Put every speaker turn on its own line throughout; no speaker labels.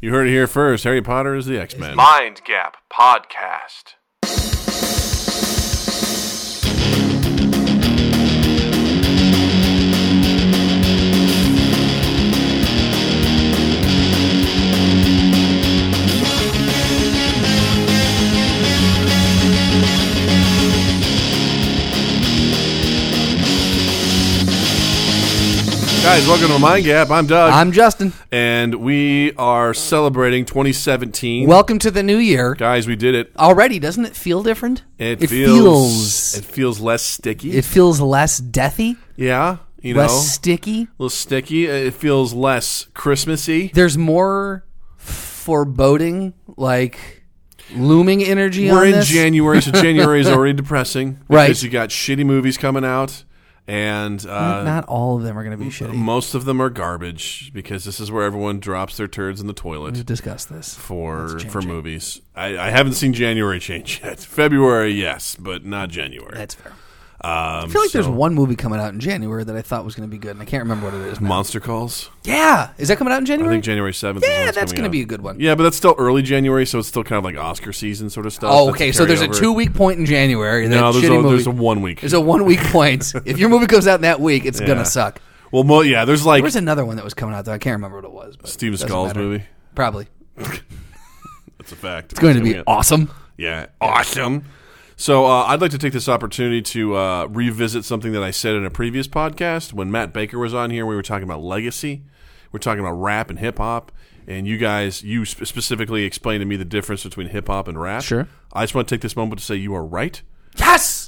You heard it here first. Harry Potter is the X Men.
Mind Gap Podcast.
Guys, welcome to Mind Gap. I'm Doug,
I'm Justin.
and we are celebrating 2017.
Welcome to the new year.
guys, we did it.
Already, doesn't it feel different?
It,
feels,
It feels less sticky.
it feels less deathy,
yeah, you know,
less sticky.
a little sticky. It feels less Christmassy.
There's more foreboding, like looming energy
We're
on
in
this.
January, so January is already depressing.
Right.
Because you got shitty movies coming out, and uh,
Not all of them are going to be shitty.
most of them are garbage because this is where everyone drops their turds in the toilet.
We'll discuss this.
for for movies. I, I haven't seen January change yet. February, yes, but not January.
That's fair.
um,
I feel like there's one movie coming out in January that I thought was going to be good, and I can't remember what it is. now.
Monster Calls.
Yeah, is that coming out in
I
January?
think January seventh. is when
yeah,
it's
that's
going to
be a good one.
Yeah, but that's still early January, so it's still kind of like Oscar season sort of stuff.
Oh,
That's
okay. So there's a
carryover.
two week point in January. That
No, there's
shitty
a,
movie.
there's a one week.
There's a one week point. if your movie comes out that week, it's
Yeah.
gonna suck.
well, mo- yeah, there's like
There was another one that was coming out though. I can't remember what it was. But
Steven
doesn't
Skull's
matter.
movie.
Probably.
That's a fact.
It's going to be
awesome.
awesome.
Yeah, awesome. So uh, I'd like to take this opportunity to uh, revisit something that I said in a previous podcast when Matt Baker was on here. We were talking about legacy. We're talking about rap and hip hop, and you guys, you sp- specifically explained to me the difference between hip hop and rap.
Sure.
I just want to take this moment to say you are right.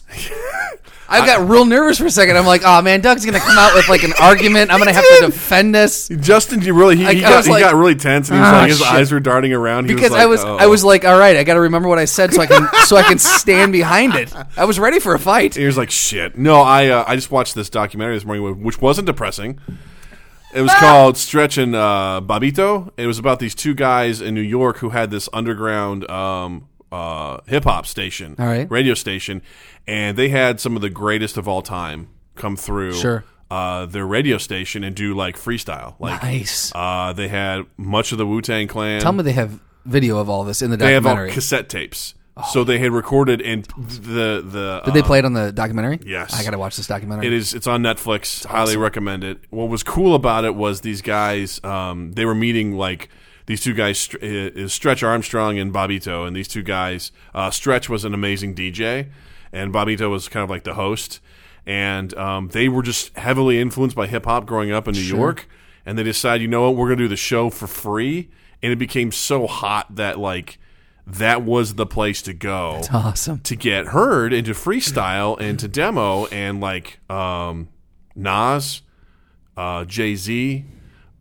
Yes. I got real nervous for a second. I'm like, oh man, Doug's gonna come out with like an argument. I'm gonna have to defend this
Justin, you really he,
I-
he
I
got,
was
he
like,
got really tense, and he was
"Ah,
like his
shit."
eyes were darting around He
because
like, "Oh."
I was
"Uh-oh."
I was like, all right, I got to remember what I said so I can so I can stand behind it. I was ready for a fight.
He was like, "Shit, no." I uh, I just watched this documentary this morning, which wasn't depressing. It
Ah.
was called Stretch and uh, Babito. It was about these two guys in New York who had this underground um, uh, hip hop station,
All right.
radio station, and they had some of the greatest of all time come through
Sure.
uh, their radio station and do like freestyle. Like,
Nice.
uh, they had much of the Wu Tang Clan.
Tell me they have video of all this in the
they have all
documentary. Oh.
cassette tapes. So they had recorded and the the
Did they play it on the documentary?
yes.
I gotta watch this documentary.
It is. It's on Netflix. Highly recommend it. What was cool about it was these guys. Um, they were meeting like these two guys, Str- uh, is Stretch Armstrong and Bobito, and these two guys. Uh, Stretch was an amazing DJ, and Bobito was kind of like the host. And um, they were just heavily influenced by hip hop growing up in New York, and they decided, you know what, we're gonna do the show for free. And it became so hot that like that was the place to go
awesome.
to get heard and to freestyle and to demo and like um, Nas, uh, Jay Z,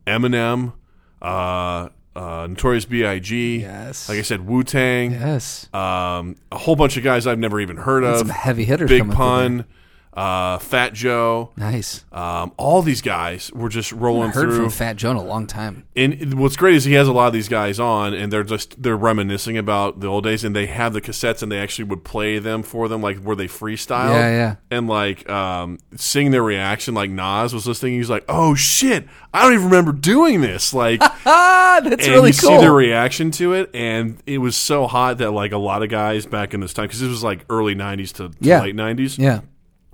Eminem, uh, uh, Notorious B.I.G.
Yes.
Like I said, Wu Tang.
Yes.
Um, a whole bunch of guys I've never even heard of.
some heavy hitters
Big
coming through
Pun, uh, Fat Joe.
Nice.
Um, all these guys were just rolling
I heard
through
from Fat Joe in a long time.
and what's great is he has a lot of these guys on and they're just they're reminiscing about the old days and they have the cassettes and they actually would play them for them like where they freestyle
Yeah, yeah.
and like um, seeing their reaction like Nas was listening he's like oh shit I don't even remember doing this like
Ah, that's
and you see their reaction to it and it was so hot that like a lot of guys back in this time because this was like early 90s to, to
Yeah.
late 90s
yeah.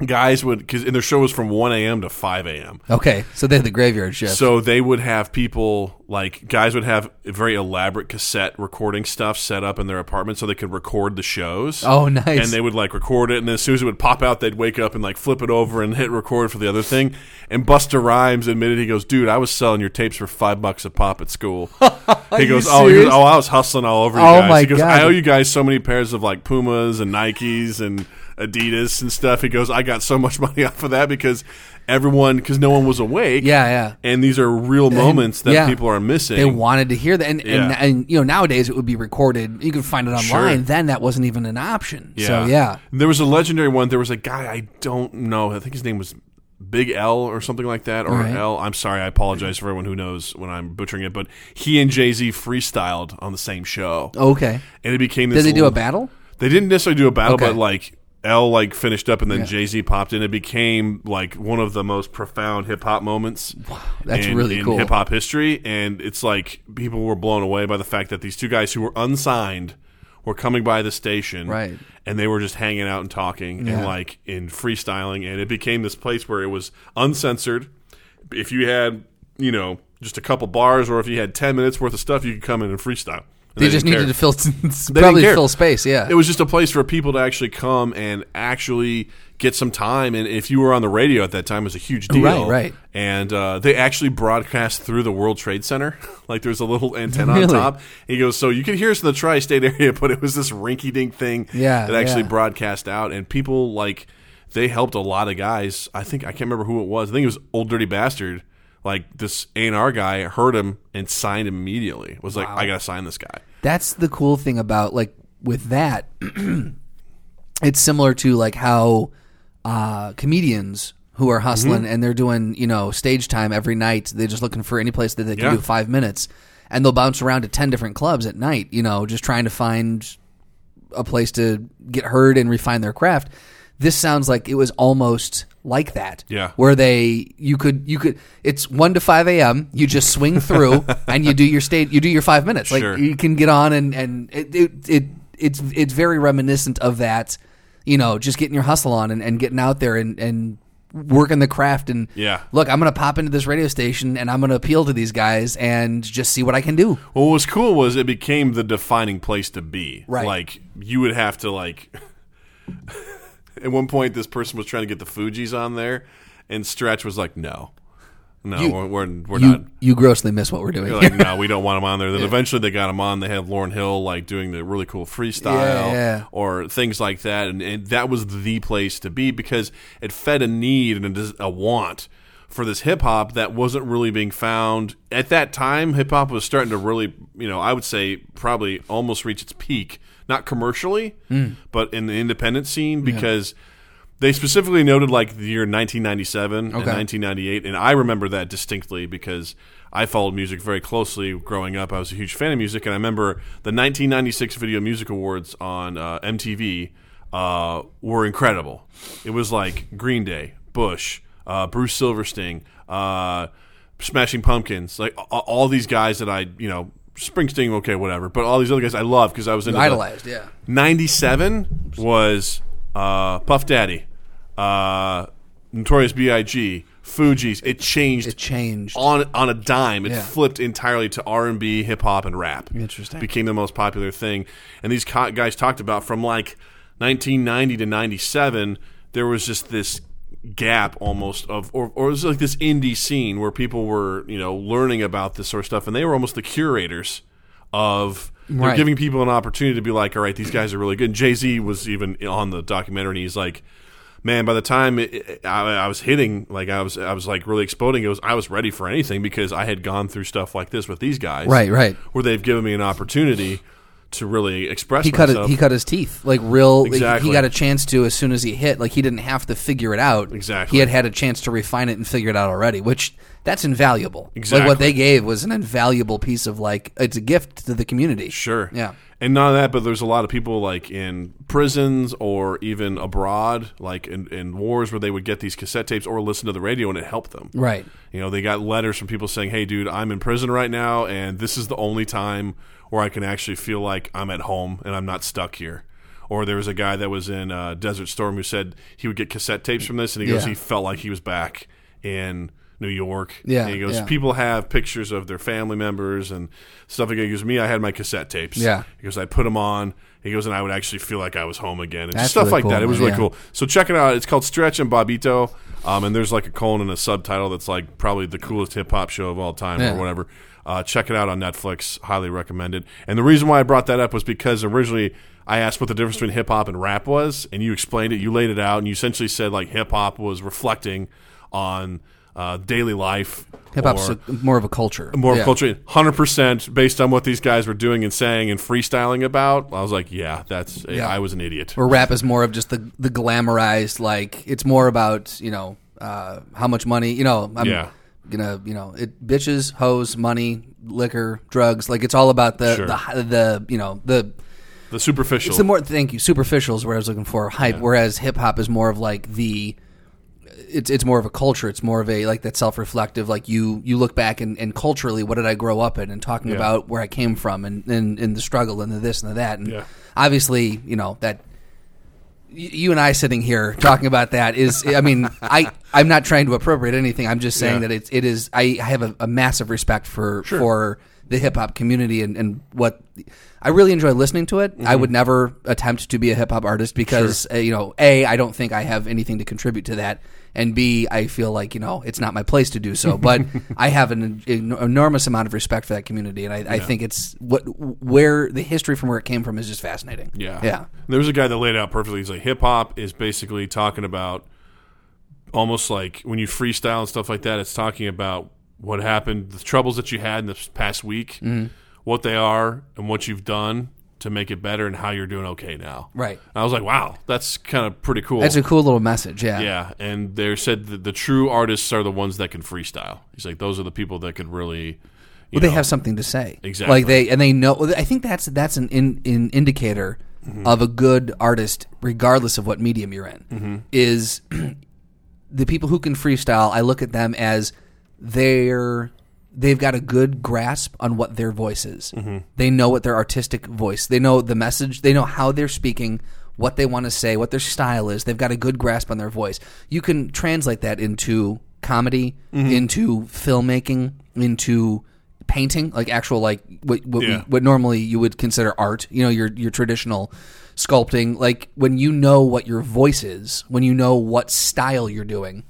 guys would because and their show was from 1 a.m. to 5 a.m.
Okay. So they had the graveyard shift.
So they would have people like guys would have very elaborate cassette recording stuff set up in their apartment so they could record the shows.
oh, nice.
And they would like record it, and then as soon as it would pop out, they'd wake up and like flip it over and hit record for the other thing. And Buster Rhymes admitted, he goes, "Dude, I was selling your tapes for five bucks a pop at school." he
you
goes, "Oh, he goes,
serious?
oh, I was hustling all over you
Oh
guys."
my
he goes,
God.
"I owe you guys so many pairs of like Pumas and Nikes and Adidas and stuff." He goes, "I got so much money off of that because everyone, because no one was awake."
yeah, yeah.
and these are real moments that
yeah.
people are missing.
They wanted to hear that, and, and
Yeah.
and you know nowadays it would be recorded. You could find it online. Then that wasn't even an option. So yeah,
There was a legendary one. There was a guy I don't know. I think his name was Big L or something like that, or
Right.
L. I'm sorry. I apologize for everyone who knows when I'm butchering it. But he and Jay Z freestyled on the same show,
okay.
and it became. This
Did they Oh. do
l-
a battle?
They didn't necessarily do a battle,
Okay.
but like. L like finished up and then
Yeah.
Jay Z popped in. It became like one of the most profound hip hop moments.
That's
in-
really
in
cool.
Hip hop history, and it's like people were blown away by the fact that these two guys who were unsigned were coming by the station,
Right.
And they were just hanging out and talking and
Yeah.
like in freestyling, and it became this place where it was uncensored. If you had, you know, just a couple bars, or if you had ten minutes worth of stuff, you could come in and freestyle. And
They, just
didn't
needed
care.
to fill
They
probably
didn't care.
fill space. Yeah,
It was just a place for people to actually come and actually get some time. And if you were on the radio at that time, it was a huge deal.
Right, right.
And uh, they actually broadcast through the World Trade Center. like there's a little antenna on
Really?
top. He goes, so you could hear us in the tri-state area, but it was this rinky-dink thing
Yeah,
that actually
yeah.
broadcast out. And people like they helped a lot of guys. I think I can't remember who it was. I think it was Old Dirty Bastard. Like this A and R guy heard him and signed him immediately. Was like, I gotta sign this guy.
that's the cool thing about like with that it's similar to like how uh, comedians who are hustling
Mm-hmm.
and they're doing you know stage time every night they're just looking for any place that they can
Yeah.
do five minutes and they'll bounce around to 10 different clubs at night you know just trying to find a place to get heard and refine their craft this sounds like it was almost like that
Yeah.
where they you could you could it's 1 to 5 a.m you just swing through and you do your state you do your five minutes like
Sure.
you can get on and and it, it it it's it's very reminiscent of that you know just getting your hustle on and, and getting out there and and working the craft and
Yeah.
look i'm gonna pop into this radio station and i'm gonna appeal to these guys and just see what i can do
Well, what was cool was it became the defining place to be.
Right.
Like you would have to like. at one point, this person was trying to get the Fugees on there, and Stretch was like, "No, no,
You-
we're we're, we're
you
not."
you grossly miss what we're doing
They're
here.
like, no, we don't want him on there. Then eventually they got him on. They had Lauren Hill like doing the really cool freestyle
Yeah, yeah.
or things like that, and, and that was the place to be because it fed a need and a, des- a want for this hip hop that wasn't really being found at that time. Hip hop was starting to really, you know, I would say probably almost reach its peak, not commercially,
Hmm.
but in the independent scene because. They specifically noted like the year 1997 and
Okay.
1998, and I remember that distinctly because I followed music very closely growing up. I was a huge fan of music, and I remember the 1996 Video Music Awards on uh, MTV uh, were incredible. It was like Green Day, Bush, uh, Bruce Silversteen, uh, Smashing Pumpkins, like a- a- all these guys that I, you know, Springsteen, okay, whatever, but all these other guys I love because I was into the-
idolized yeah
97 was uh, Puff Daddy, uh, Notorious B.I.G., Fugees. It changed
it changed
on on a dime. It
Yeah.
flipped entirely to R and B, hip hop, and rap.
Interesting.
Became the most popular thing. And these co- guys talked about from like 1990 to 97. There was just this gap almost of or, or it was like this indie scene where people were you know learning about this sort of stuff and they were almost the curators of they're
Right.
giving people an opportunity to be like all right these guys are really good and jay-z was even on the documentary and he's like man, by the time it, it- I, I was hitting, like I was, I was like really exploding. It was I was ready for anything because I had gone through stuff like this with these guys,
right right
Where they've given me an opportunity to really express.
he cut it,
myself.
he cut his teeth like real like,
Exactly.
he got a chance to as soon as he hit like he didn't have to figure it out
Exactly.
he had had a chance to refine it and figure it out already which that's invaluable like
Exactly.
what they gave was an invaluable piece of like it's a gift to the community
Sure.
Yeah.
And not only that, but there's a lot of people like in prisons or even abroad, like in, in wars, where they would get these cassette tapes or listen to the radio, and it helped them.
right
You know, they got letters from people saying, "Hey, dude, I'm in prison right now, and this is the only time where I can actually feel like I'm at home and I'm not stuck here." Or there was a guy that was in uh, Desert Storm who said he would get cassette tapes from this, and he goes,
Yeah.
he felt like he was back in New York.
Yeah,
and he goes,
yeah.
people have pictures of their family members and stuff like that. He goes, me, I had my cassette tapes.
Yeah.
he goes, I put them on. He goes, and I would actually feel like I was home again, and
That's
stuff
really
like
cool,
that. It was
man.
really
Yeah.
cool. So check it out. It's called Stretch and Bobito. Um, and there's like a colon and a subtitle that's like probably the coolest hip hop show of all time
Yeah.
or whatever. Uh, check it out on Netflix. Highly recommended. And the reason why I brought that up was because originally I asked what the difference between hip hop and rap was, and you explained it. You laid it out, and you essentially said like hip hop was reflecting on uh, daily life.
hip hop's
or-
a- more of a culture
more
Yeah.
culture, hundred percent based on what these guys were doing and saying and freestyling about. I was like, yeah, that's
Yeah.
I was an idiot.
where rap is more of just the the glamorized like it's more about you know uh, how much money you know I'm
Yeah.
gonna you know it bitches hoes money liquor drugs like it's all about the
Sure.
the the you know the
the superficial.
It's the more thank you superficial is where I was looking for hype. Whereas hip hop is more of like the it's it's more of a culture. It's more of a like that self reflective. Like you you look back and, and culturally, what did I grow up in, and talking about where I came from, and, and and the struggle, and the this and the that, and
Yeah.
obviously you know that. y- You and I sitting here talking about that is, I mean, I I'm not trying to appropriate anything. I'm just saying
Yeah.
that it's it is. I, I have a, a massive respect for for the hip hop community and and what I really enjoy listening to it. I would never attempt to be a hip hop artist because uh, you know, a I don't think I have anything to contribute to that, and b I feel like you know it's not my place to do so. But I have an en- enormous amount of respect for that community, and I, I think it's what where the history from where it came from is just fascinating.
Yeah.
yeah.
There was a guy that laid it out perfectly. He's like, hip hop is basically talking about almost like when you freestyle and stuff like that, it's talking about what happened, the troubles that you had in this past week,
Mm-hmm.
what they are, and what you've done to make it better and how you're doing okay now.
Right.
And I was like, wow, that's kind of pretty cool.
That's a cool little message. Yeah.
yeah. And they said that the true artists are the ones that can freestyle. He's like, those are the people that could really. you
Well, they
know,
have something to say.
Exactly.
Like they and they know. well, I think that's that's an in, in indicator
Mm-hmm.
of a good artist, regardless of what medium you're in.
Mm-hmm.
Is the people who can freestyle? I look at them as they're they've got a good grasp on what their voice is.
Mm-hmm.
They know what their artistic voice. They know the message. They know how they're speaking. What they want to say, what their style is, they've got a good grasp on their voice. You can translate that into comedy,
Mm-hmm.
into filmmaking, into painting, like actual like what what, we,
Yeah.
what normally you would consider art. You know, your your traditional sculpting. Like when you know what your voice is, when you know what style you're doing,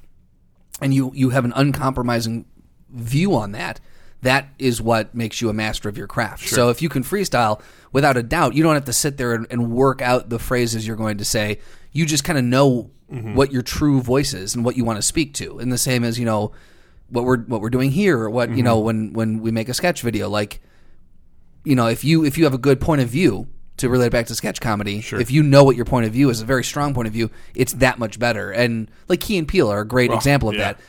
and you you have an uncompromising view on that. That is what makes you a master of your craft. So if you can freestyle, without a doubt, you don't have to sit there and, and work out the phrases you're going to say. You just kind of know what your true voice is and what you want to speak to. And the same as you know what we're what we're doing here, or what you know when when we make a sketch video, like you know, if you if you have a good point of view to relate it back to sketch comedy, if you know what your point of view is, a very strong point of view, it's that much better. And like Key and Peele are a great example of
yeah.
that.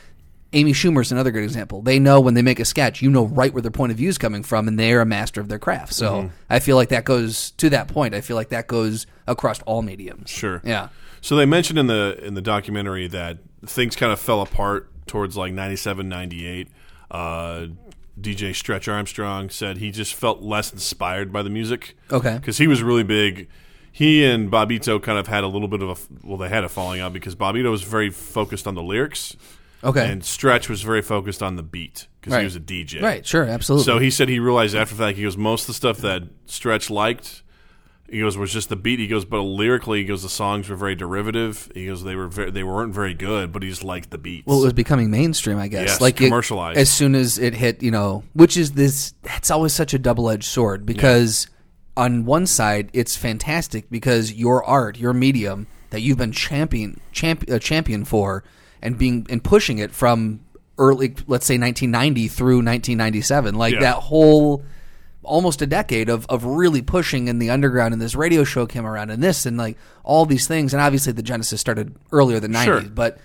Amy Schumer's another good example. They know when they make a sketch, you know right where their point of view is coming from, and they are a master of their craft. So
Mm-hmm.
I feel like that goes to that point. I feel like that goes across all mediums.
Sure.
Yeah.
So they mentioned in the in the documentary that things kind of fell apart towards like 97, 98. Uh, DJ Stretch Armstrong said he just felt less inspired by the music.
Okay.
Because he was really big. He and Bobito kind of had a little bit of a well, they had a falling out because Bobito was very focused on the lyrics,
Okay.
and Stretch was very focused on the beat because
Right.
he was a DJ.
right. Sure. Absolutely.
So he said he realized after the fact he goes most of the stuff that Stretch liked. He goes was just the beat. He goes, but lyrically, he goes the songs were very derivative. He goes they were very, they weren't very good, but he just liked the beats.
Well, it was becoming mainstream, I guess.
Yes,
it-
commercialized.
as soon as it hit, you know, which is this. That's always such a double-edged sword because on one side it's fantastic because your art, your medium that you've been champion champ, uh, champion for and being and pushing it from early, let's say 1990 through 1997, like
Yeah.
that whole almost a decade of, of really pushing in the underground and this radio show came around and this and like all these things and obviously the genesis started earlier than 90s
Sure.
but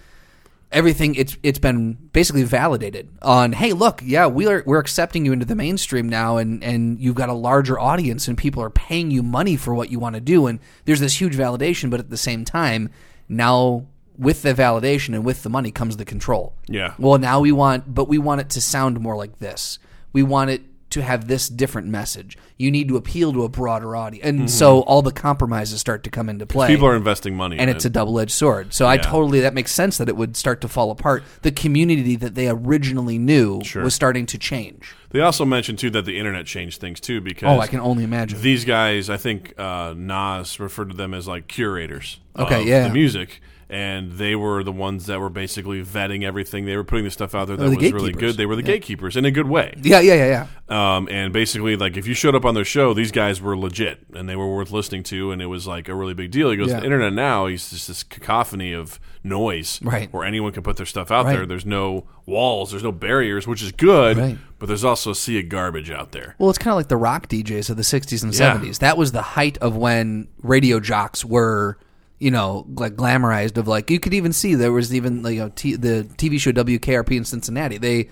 everything it's it's been basically validated on hey look yeah we are we're accepting you into the mainstream now and and you've got a larger audience and people are paying you money for what you want to do and there's this huge validation but at the same time now with the validation and with the money comes the control
Yeah.
well now we want but we want it to sound more like this we want it to have this different message you need to appeal to a broader audience and so all the compromises start to come into play
Mm-hmm. people are investing money,
and
in
it's
it.
a double-edged sword. So I totally that makes sense that it would start to fall apart. The community that they originally knew was starting to change.
they also mentioned too that the internet changed things too because
Oh, I can only imagine.
these guys, I think uh, Nas referred to them as like curators.
Okay,
of
yeah.
The music, and they were the ones that were basically vetting everything. They were putting the stuff out there that
were
was
the
really
gatekeepers.
good. They were the gatekeepers in a good way.
yeah, yeah, yeah, yeah.
Um, and basically, like if you showed up on their show, these guys were legit and they were worth listening to, and it was like a really big deal. He goes,
Yeah.
the internet now is just this cacophony of noise,
Right.
Where anyone can put their stuff out
Right.
there. There's no walls, there's no barriers, which is good,
Right.
but there's also a sea of garbage out there.
Well, it's kind of like the rock DJs of the 60s and
Yeah.
70s. That was the height of when radio jocks were, you know, like glamorized of like you could even see there was even like you know, t- the TV show WKRP in Cincinnati. They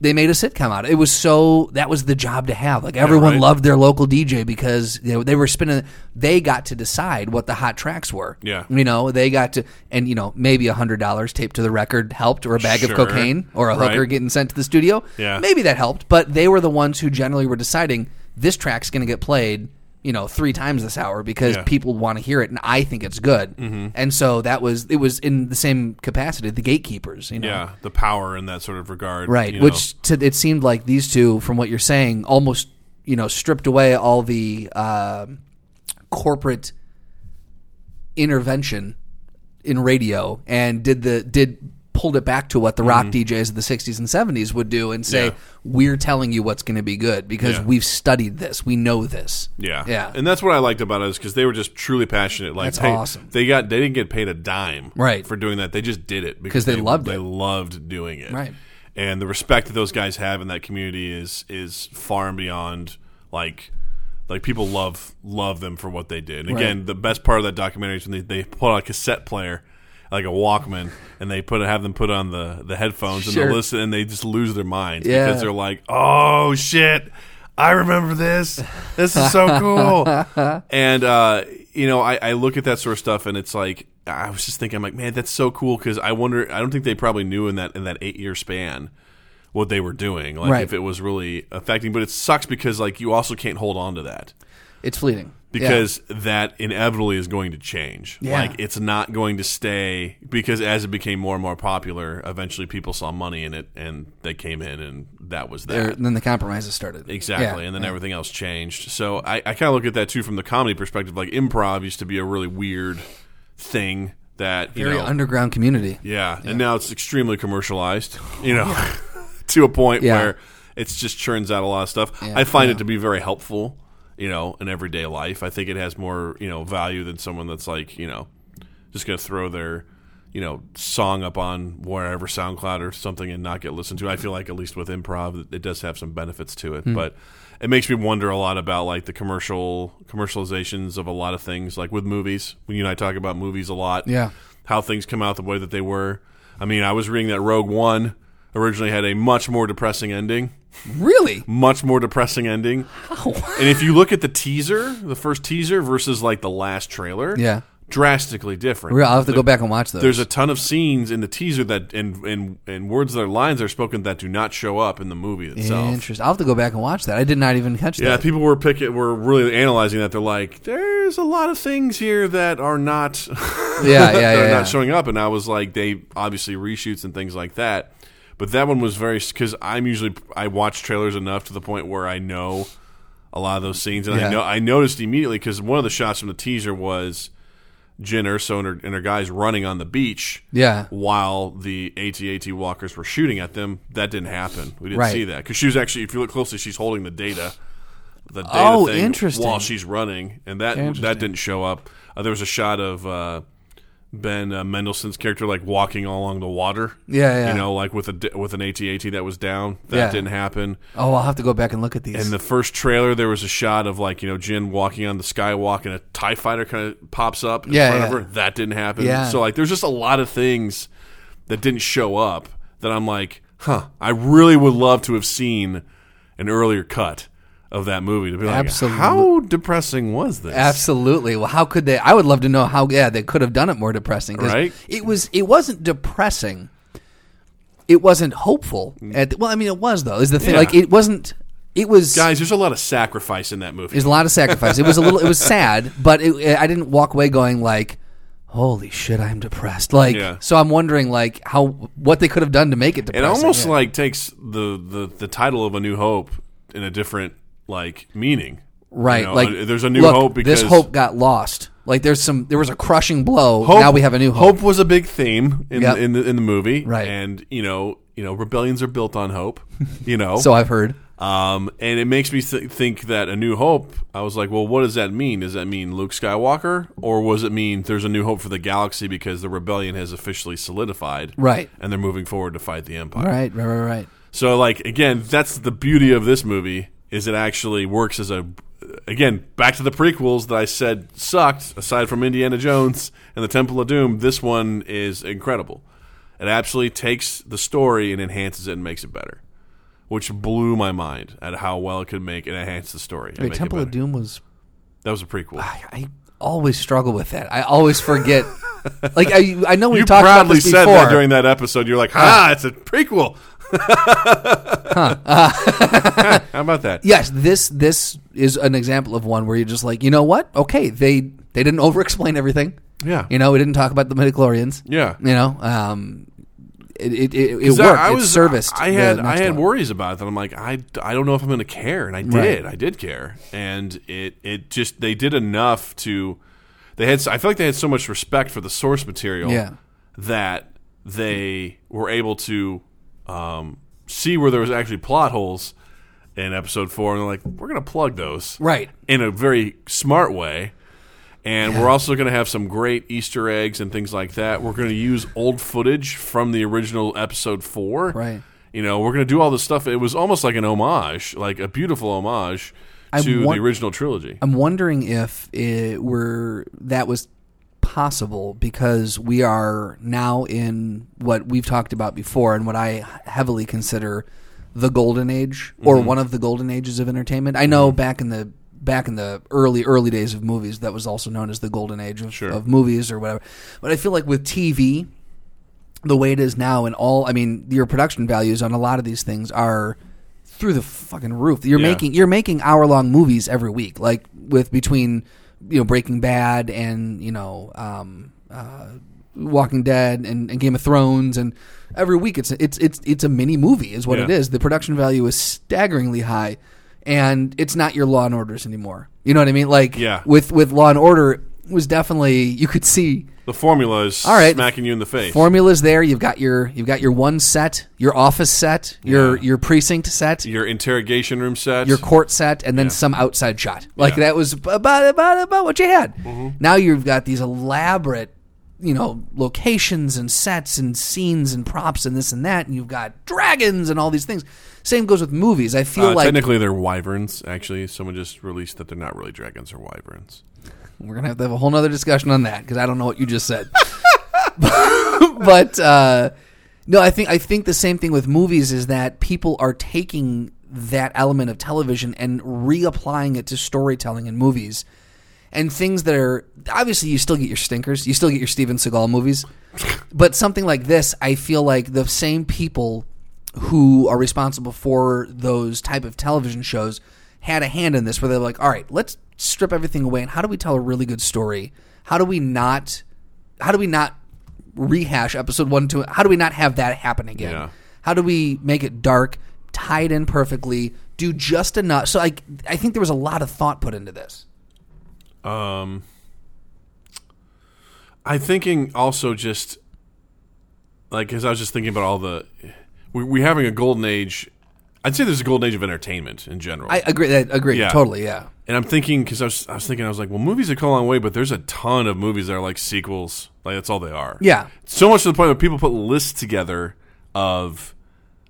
they made a sitcom out. of it. It was so that was the job to have. Like everyone
right.
loved their local DJ because they, they were spinning. They got to decide what the hot tracks were.
Yeah.
you know they got to, and you know maybe a hundred dollars taped to the record helped, or a bag
Sure.
of cocaine, or a hooker
Right.
getting sent to the studio.
Yeah.
maybe that helped. But they were the ones who generally were deciding this track's going to get played. You know, three times this hour because
Yeah.
people want to hear it, and I think it's good. Mm-hmm. And so that was it was in the same capacity, the gatekeepers. You know,
yeah, the power in that sort of regard,
Right,
you know.
which to, it seemed like these two, from what you're saying, almost you know stripped away all the um corporate intervention in radio and did the did pulled it back to what the rock DJs of the 60s and 70s would do and say
Mm-hmm. Yeah.
we're telling you what's going to be good because
Yeah.
we've studied this, we know this.
Yeah,
Yeah.
and that's what I liked about it is because they were just truly passionate. Like,
That's
hey,
awesome.
They got they didn't get paid a dime,
Right.
for doing that. They just did it
'Cause they loved
They
it.
loved doing it,
Right.
And the respect that those guys have in that community is is far and beyond. Like, like people love love them for what they did. And again, the best part of that documentary is when they, they put on a cassette player. Like a Walkman, and they put have them put on the the headphones and
Sure.
they listen, and they just lose their minds
Yeah.
because they're like, "Oh shit, I remember this. This is so cool." and uh, you know, I, I look at that sort of stuff, and it's like I was just thinking, I'm like, man, that's so cool because I wonder. I don't think they probably knew in that in that eight year span what they were doing, like
Right.
if it was really affecting. But it sucks because like you also can't hold on to that
It's fleeting. Yeah.
because that inevitably is going to change.
Yeah.
Like it's not going to stay because as it became more and more popular, eventually people saw money in it and they came in and that was
There-
that.
and then the compromises started.
Exactly,
Yeah.
and then everything else changed. So I, I kind of look at that too from the comedy perspective. Like improv used to be a really weird thing that you
very
know,
underground community.
yeah, and now it's extremely commercialized. You know, to a point
Yeah.
where it just churns out a lot of stuff. I find it to be very helpful. You know, in everyday life, I think it has more you know value than someone that's like you know just gonna throw their you know song up on wherever SoundCloud or something and not get listened to. I feel like at least with improv, it does have some benefits to
Hmm.
it, but it makes me wonder a lot about like the commercial commercializations of a lot of things, like with movies. When you and I talk about movies a lot,
Yeah.
how things come out the way that they were. I mean, I was reading that Rogue One originally had a much more depressing ending,
Really?
much more depressing ending. And if you look at the teaser, the first teaser versus like the last trailer,
Yeah.
drastically different.
I'll have to go back and watch those.
There's a ton of scenes in the teaser that and and and words that are lines that are spoken that do not show up in the movie itself.
Interesting. I'll have to go back and watch that. I did not even catch
Yeah,
that.
people were picking were really analyzing that. They're like, there's a lot of things here that are not
Yeah, yeah,
that
yeah.
are
yeah.
not showing up. And I was like, they obviously reshoots and things like that. But that one was very because I'm usually I watch trailers enough to the point where I know a lot of those scenes, and I
Yeah.
know I noticed immediately because one of the shots from the teaser was Jen Erso and her, and her guys running on the beach.
Yeah.
While the ATAT walkers were shooting at them, that didn't happen. We didn't
Right.
see that because she was actually, if you look closely, she's holding the data, the data
Oh,
thing
interesting.
while she's running, and that that didn't show up. Uh, there was a shot of uh, Ben uh, Mendelsohn's character like walking all along the water.
Yeah, yeah.
You know, like with a di- with an ATAT that was down. That
Yeah.
didn't happen.
Oh, I'll have to go back and look at these.
In the first trailer, there was a shot of like you know Jin walking on the skywalk, and a Tie Fighter kind of pops up in
Yeah,
front
yeah.
of her. That didn't happen.
Yeah.
So like, there's just a lot of things that didn't show up that I'm like, huh. I really would love to have seen an earlier cut of that movie to be like,
Absolute-
how depressing was this?
Absolutely. Well, how could they? I would love to know how. Yeah, they could have done it more depressing. 'cause
Right?
It was. It wasn't depressing. It wasn't hopeful. At, well, I mean, it was though. Is the thing
Yeah.
like it wasn't? It was.
Guys, there's a lot of sacrifice in that movie.
There's a lot of sacrifice. It was a little. It was sad, but it, I didn't walk away going like, "Holy shit, I'm depressed." Like,
Yeah.
so I'm wondering like how what they could have done to make it
It
depressing.
almost
Yeah.
like takes the, the the title of A New Hope in a different like meaning. You
right.
know,
like,
uh, there's a new
look,
hope because
this hope got lost. Like, there's some. There was a crushing blow.
Hope-
now we have a new
Hope was a big theme in
Yep.
the, in the in the movie,
Right.
And you know, you know, rebellions are built on hope. You know,
So I've heard.
um, and it makes me th- think that a new hope. I was like, well, what does that mean? Does that mean Luke Skywalker, or was it mean there's a new hope for the galaxy because the rebellion has officially solidified,
Right.
And they're moving forward to fight the empire.
Right, right, right, right.
So like again, that's the beauty of this movie is it actually works as a again back to the prequels that I said sucked aside from Indiana Jones and the Temple of Doom, this one is incredible. It absolutely takes the story and enhances it and makes it better. which blew my mind at how well it could make and enhance the story. and
Wait,
make it
Temple of
better.
Doom Ah, was.
That was a prequel.
I, I always struggle with that. I always forget. like I, I know we
you
talked about
proudly
this
said
before.
that during that episode. You're like, ah, it's a prequel. how about that?
yes, this this is an example of one where you're just like, you know what? Okay, they they didn't over-explain everything.
Yeah.
You know, we didn't talk about the midichlorians.
Yeah.
You know, um, it it, it, it
'Cause
worked.
I- I
it
was-
serviced.
I
the
had I
next
had
one.
worries about that. I'm like, I, I don't know if I'm going to care, and I did. I did care, and it it just they did enough to. They had. I feel like they had so much respect for the source material
Yeah.
that they were able to um, see where there was actually plot holes in episode four, and they're like, we're going to plug those
Right.
in a very smart way. And we're also going to have some great Easter eggs and things like that. We're going to use old footage from the original episode four.
Right.
You know, we're going to do all this stuff. It was almost like an homage, like a beautiful homage
I
to
want-
the original trilogy.
I'm wondering if it were that was possible because we are now in what we've talked about before and what I heavily consider the golden age or one of the golden ages of entertainment. I know back in the back in the early early days of movies that was also known as the golden age of, of movies or whatever. But I feel like with TV the way it is now and all I mean your production values on a lot of these things are through the fucking roof. You're
Yeah.
making you're making hour long movies every week like with between you know Breaking Bad and you know um uh Walking Dead and, and Game of Thrones and every week it's it's it's it's a mini movie is what
Yeah.
it is. The production value is staggeringly high and it's not your law and orders anymore. You know what I mean? Like
Yeah.
with with law and order was definitely you could see
The formula is
All right.
smacking you in the face.
Formulas there. You've got your you've got your one set, your office set, your
Yeah.
your precinct set,
your interrogation room set.
your court set, and then some outside shot. Like that was about about about what you had. Now you've got these elaborate, you know, locations and sets and scenes and props and this and that, and you've got dragons and all these things. Same goes with movies. I feel
uh,
like
technically, they're wyverns. Actually, someone just released that they're not really dragons; they're wyverns.
We're gonna have to have a whole nother discussion on that because I don't know what you just said. but uh, no, I think I think the same thing with movies is that people are taking that element of television and reapplying it to storytelling in movies. And things that are obviously you still get your stinkers, you still get your Steven Seagal movies, but something like this, I feel like the same people who are responsible for those type of television shows had a hand in this where they're like all right let's strip everything away and how do we tell a really good story how do we not how do we not rehash episode one to how do we not have that happen again
Yeah.
how do we make it dark tie it in perfectly do just enough so like i think there was a lot of thought put into this
Um, I'm thinking also just like as I was just thinking about all the we we having a golden age. I'd say there's a golden age of entertainment in general.
i agree i agree
Yeah.
totally yeah
and I'm thinking because I was I was thinking I was like, well, movies have come a long way, but there's a ton of movies that are like sequels. Like that's all they are.
yeah
So much to the point where people put lists together of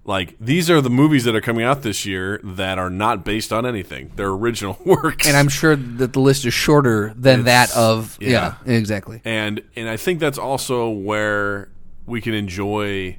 like these are the movies that are coming out this year that are not based on anything. They're original works.
and i'm sure that the list is shorter than that
It's-
of
yeah.
yeah exactly
and and I think that's also where we can enjoy.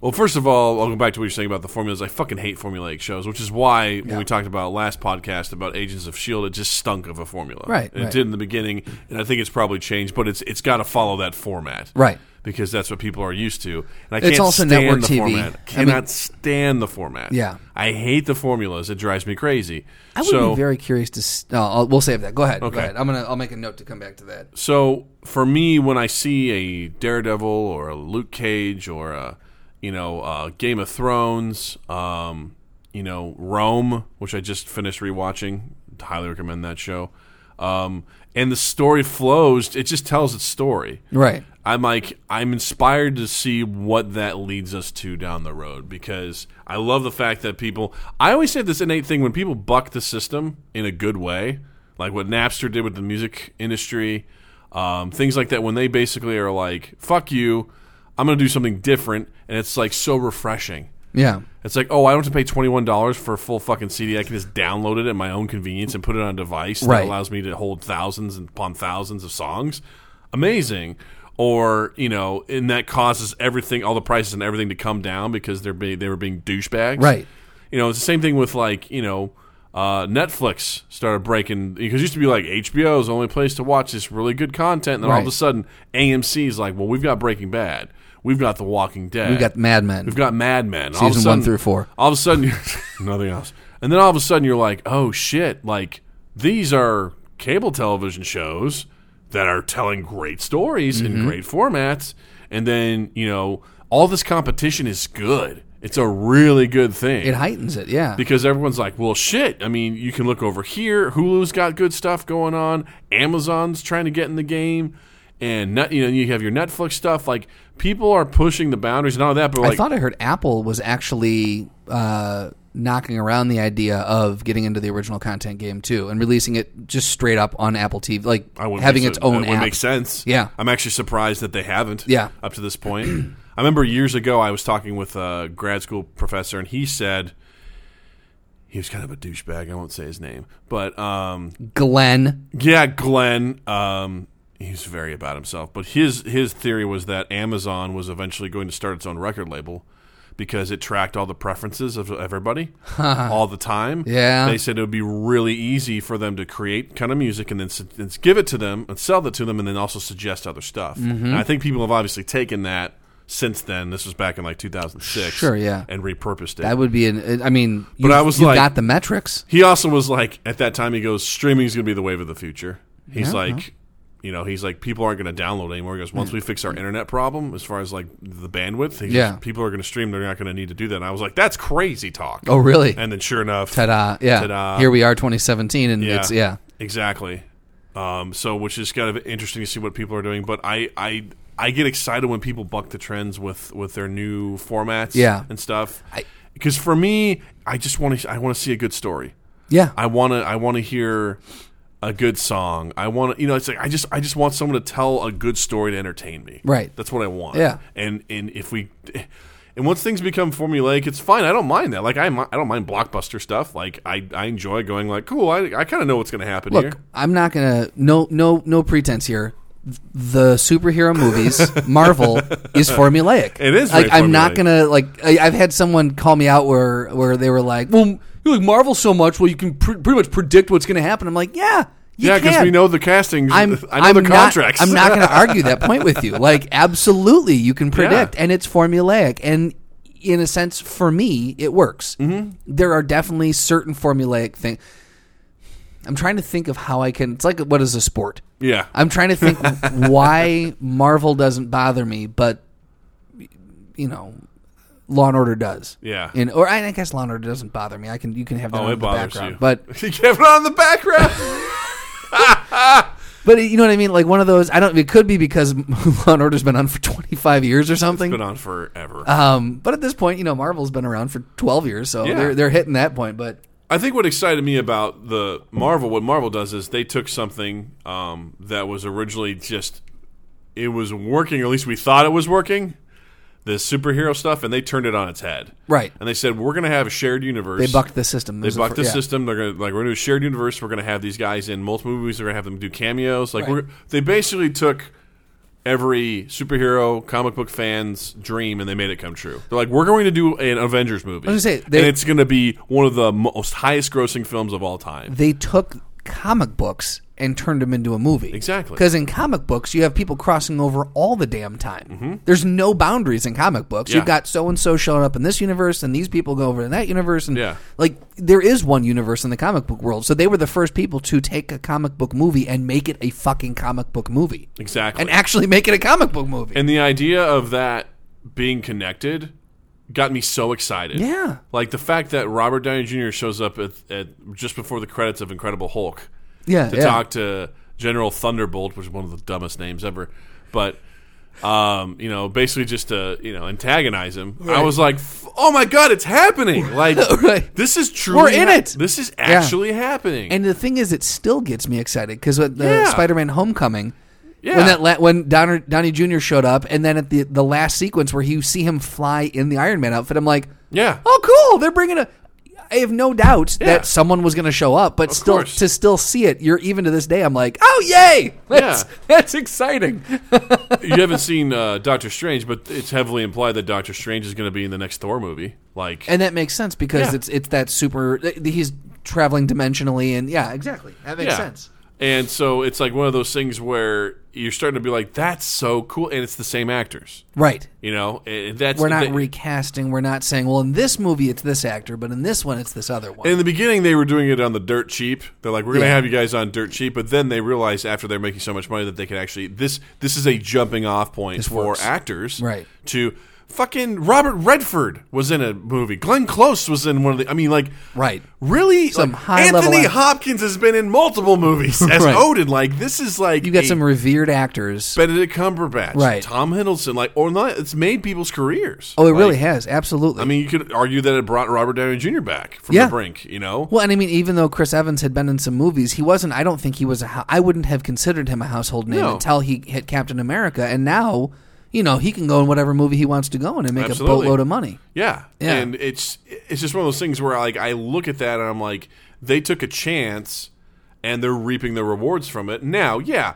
Well, first of all, I'll go back to what you're saying about the formulas. I fucking hate formulaic shows, which is why when we talked about last podcast about Agents of Shield, E it just stunk of a formula.
Right,
It
right.
did in the beginning, and I think it's probably changed, but it's it's got to follow that format.
Right.
Because that's what people are used to. And I
It's
can't
also
stand
network
the
TV. I
format.
mean-
Cannot stand the format.
Yeah.
I hate the formulas. It drives me crazy.
I would
so,
be very curious to. s- No, I'll, we'll save that. Go ahead. Go
Okay.
ahead. I'm gonna. I'll make a note to come back to that.
so for me, when I see a Daredevil or a Luke Cage or a you know uh, Game of Thrones, um, you know Rome, which I just finished rewatching, highly recommend that show. Um, and the story flows; it just tells its story.
Right.
I'm like I'm inspired to see what that leads us to down the road because I love the fact that people I always say this innate thing when people buck the system in a good way, like what Napster did with the music industry, um, things like that when they basically are like, fuck you, I'm gonna do something different and it's like so refreshing.
Yeah.
It's like, oh, I don't have to pay twenty one dollars for a full fucking CD. I can just download it at my own convenience and put it on a device
Right.
that allows me to hold thousands and upon thousands of songs. Amazing. or you know, and that causes everything, all the prices and everything to come down because they're being, they were being douchebags,
Right.
You know, it's the same thing with like you know. Uh, Netflix started breaking because it used to be like HBO is the only place to watch this really good content, and then all of a
Right.
sudden AMC is like, well, we've got Breaking Bad, we've got The Walking Dead,
We got Mad Men.
We've got Mad Men. all of a
Season
sudden,
one through four.
All of a sudden, you're, nothing else. And then all of a sudden, you're like, oh shit! Like these are cable television shows that are telling great stories
Mm-hmm.
in great formats. And then you know, all this competition is good. It's a really good thing
it heightens it. Yeah.
because everyone's like, well, shit. I mean, you can look over here. Hulu's got good stuff going on. Amazon's trying to get in the game, and net, you know you have your Netflix stuff. Like people are pushing the boundaries and all that. But
I
like,
thought I heard Apple was actually uh, knocking around the idea of getting into the original content game too and releasing it just straight up on Apple TV, like
I wouldn't
having
think
its
so.
own
That would
app.
make sense.
Yeah.
I'm actually surprised that they haven't.
Yeah.
up to this point. I remember years ago I was talking with a grad school professor, and he said. He was kind of a douchebag. I won't say his name, but um,
Glenn,
yeah, Glenn. Um, he's very about himself, but his his theory was that Amazon was eventually going to start its own record label because it tracked all the preferences of everybody all the time.
Yeah.
they said it would be really easy for them to create kind of music and then su- and give it to them and sell it to them, and then also suggest other stuff.
Mm-hmm.
And I think people have obviously taken that since then. This was back in like 2006.
Sure, yeah.
and repurposed it.
that would be an. I mean,
But
you've-
I was
you've
like-
got the metrics.
he also was like at that time he goes streaming is going to be the wave of the future he's like you know he's like people aren't going to download anymore he goes once we fix our internet problem as far as like the bandwidth he goes,
Yeah.
people are going to stream they're not going to need to do that and i was like that's crazy talk
Oh, really?
and then sure enough
Ta-da! Yeah,
Ta-da.
here we are, 2017, and
yeah,
it's yeah.
exactly um, so which is kind of interesting to see what people are doing but i i i get excited when people buck the trends with with their new formats
Yeah.
and stuff because for me i just want to i want to see a good story
Yeah,
I want to I want to hear a good song. I want to you know it's like I just I just want someone to tell a good story to entertain me.
Right.
That's what I want.
Yeah.
And and if we and once things become formulaic, it's fine. I don't mind that. Like I mi- I don't mind blockbuster stuff. Like I I enjoy going like cool. I I kind of know what's going to happen here.
Look, I'm not gonna no no no pretense here. The superhero movies, Marvel, is formulaic.
It is
Like
very
I'm not
formulaic.
gonna like. I, I've had someone call me out where where they were like, "Well, you like Marvel so much, well you can pr- pretty much predict what's gonna happen." I'm like, "Yeah, you
yeah,
because
because we know the castings.
I'm,
I know
I'm
the
not-
contracts.
I'm not going to argue that point with you. Like, absolutely, you can predict,
Yeah.
and it's formulaic. And in a sense, for me, it works. Mm-hmm. There are definitely certain formulaic things. I'm trying to think of how I can. It's like what is a sport?
yeah.
I'm trying to think why Marvel doesn't bother me, but you know, Law and Order does.
Yeah.
and or I I guess Law and Order doesn't bother me. I can you can have that
Oh,
on
it
the
bothers
background,
you.
but
you kept it on the background.
But you know what I mean? Like one of those. I don't. It could be because Law and Order's been on for twenty five years or
Been
something.
on forever.
Um, but at this point, you know, Marvel's been around for twelve years, so
Yeah.
they're they're hitting that point. But
I think what excited me about the Marvel, what Marvel does is they took something um, that was originally just it was working, or at least we thought it was working, the superhero stuff, and they turned it on its head.
Right.
And they said we're going to have a shared universe.
they bucked the system.
They bucked the system. They're gonna like we're gonna do a shared universe. We're gonna have these guys in multiple movies. We're gonna have them do cameos. Like
Right.
we're they basically took every superhero comic book fan's dream and they made it come true. They're like we're going to do an Avengers movie.
was gonna say, they-
and it's gonna be one of the most highest grossing films of all time.
They took comic books and turned them into a movie.
Exactly.
Because in comic books, you have people crossing over all the damn time. There's no boundaries in comic books.
Mm-hmm. Yeah.
You've got so and so showing up in this universe, and these people go over in that universe, and
Yeah.
like there is one universe in the comic book world. So they were the first people to take a comic book movie and make it a fucking comic book movie,
Exactly.
and actually make it a comic book movie.
And the idea of that being connected got me so excited.
Yeah.
Like the fact that Robert Downey Jr. shows up at, at just before the credits of Incredible Hulk.
Yeah,
To
yeah.
talk to General Thunderbolt, which is one of the dumbest names ever, but um, you know, basically just to you know antagonize him. I was like, "F- oh my god, it's happening! Like
Right.
this is true.
We're in it!
This is actually happening.
And the thing is, it still gets me excited because the
Yeah.
Spider-Man Homecoming,
Yeah.
when that la- when Donner, Downey Jr. showed up, and then at the the last sequence where you see him fly in the Iron Man outfit, I'm like,
yeah.
oh cool, they're bringing a. I have no doubt
Yeah.
that someone was going to show up, but still
course.
to still see it, you're even to this day. I'm like, oh yay, that's
Yeah.
that's exciting.
you haven't seen uh, Doctor Strange, but it's heavily implied that Doctor Strange is going to be in the next Thor movie. Like,
and that makes sense because
Yeah.
it's it's that super. th- He's traveling dimensionally, and yeah, exactly. That makes
yeah.
sense.
And so it's like one of those things where you're starting to be like, "That's so cool," and it's the same actors,
Right.
you know. And that's
We're not
that-
recasting. We're not saying, well, in this movie it's this actor, but in this one it's this other one.
in the beginning, they were doing it on the dirt cheap. They're like, "We're going to
Yeah.
have you guys on dirt cheap," but then they realized after they're making so much money that they could actually this this is a jumping off point for
works.
actors,
Right.
To fucking Robert Redford was in a movie. Glenn Close was in one of the. I mean, like,
Right.
Really,
Some
Like,
high-level
Anthony
act-
Hopkins has been in multiple movies as
Right.
Odin. Like, this is like
you got
a
some revered actors.
Benedict Cumberbatch,
Right.
Tom Hiddleston. Like, or not, it's made people's careers.
oh, it
Like,
really has. Absolutely.
I mean, you could argue that it brought Robert Downey Jr. back from
Yeah.
the brink. You know,
Well, and I mean, even though Chris Evans had been in some movies, he wasn't. I don't think he was a. hou- I wouldn't have considered him a household name
No.
until he hit Captain America, and now, you know, he can go in whatever movie he wants to go in and make
Absolutely.
a boatload of money.
Yeah.
Yeah.
And it's it's just one of those things where like I look at that and I'm like, they took a chance and they're reaping the rewards from it. Now, yeah.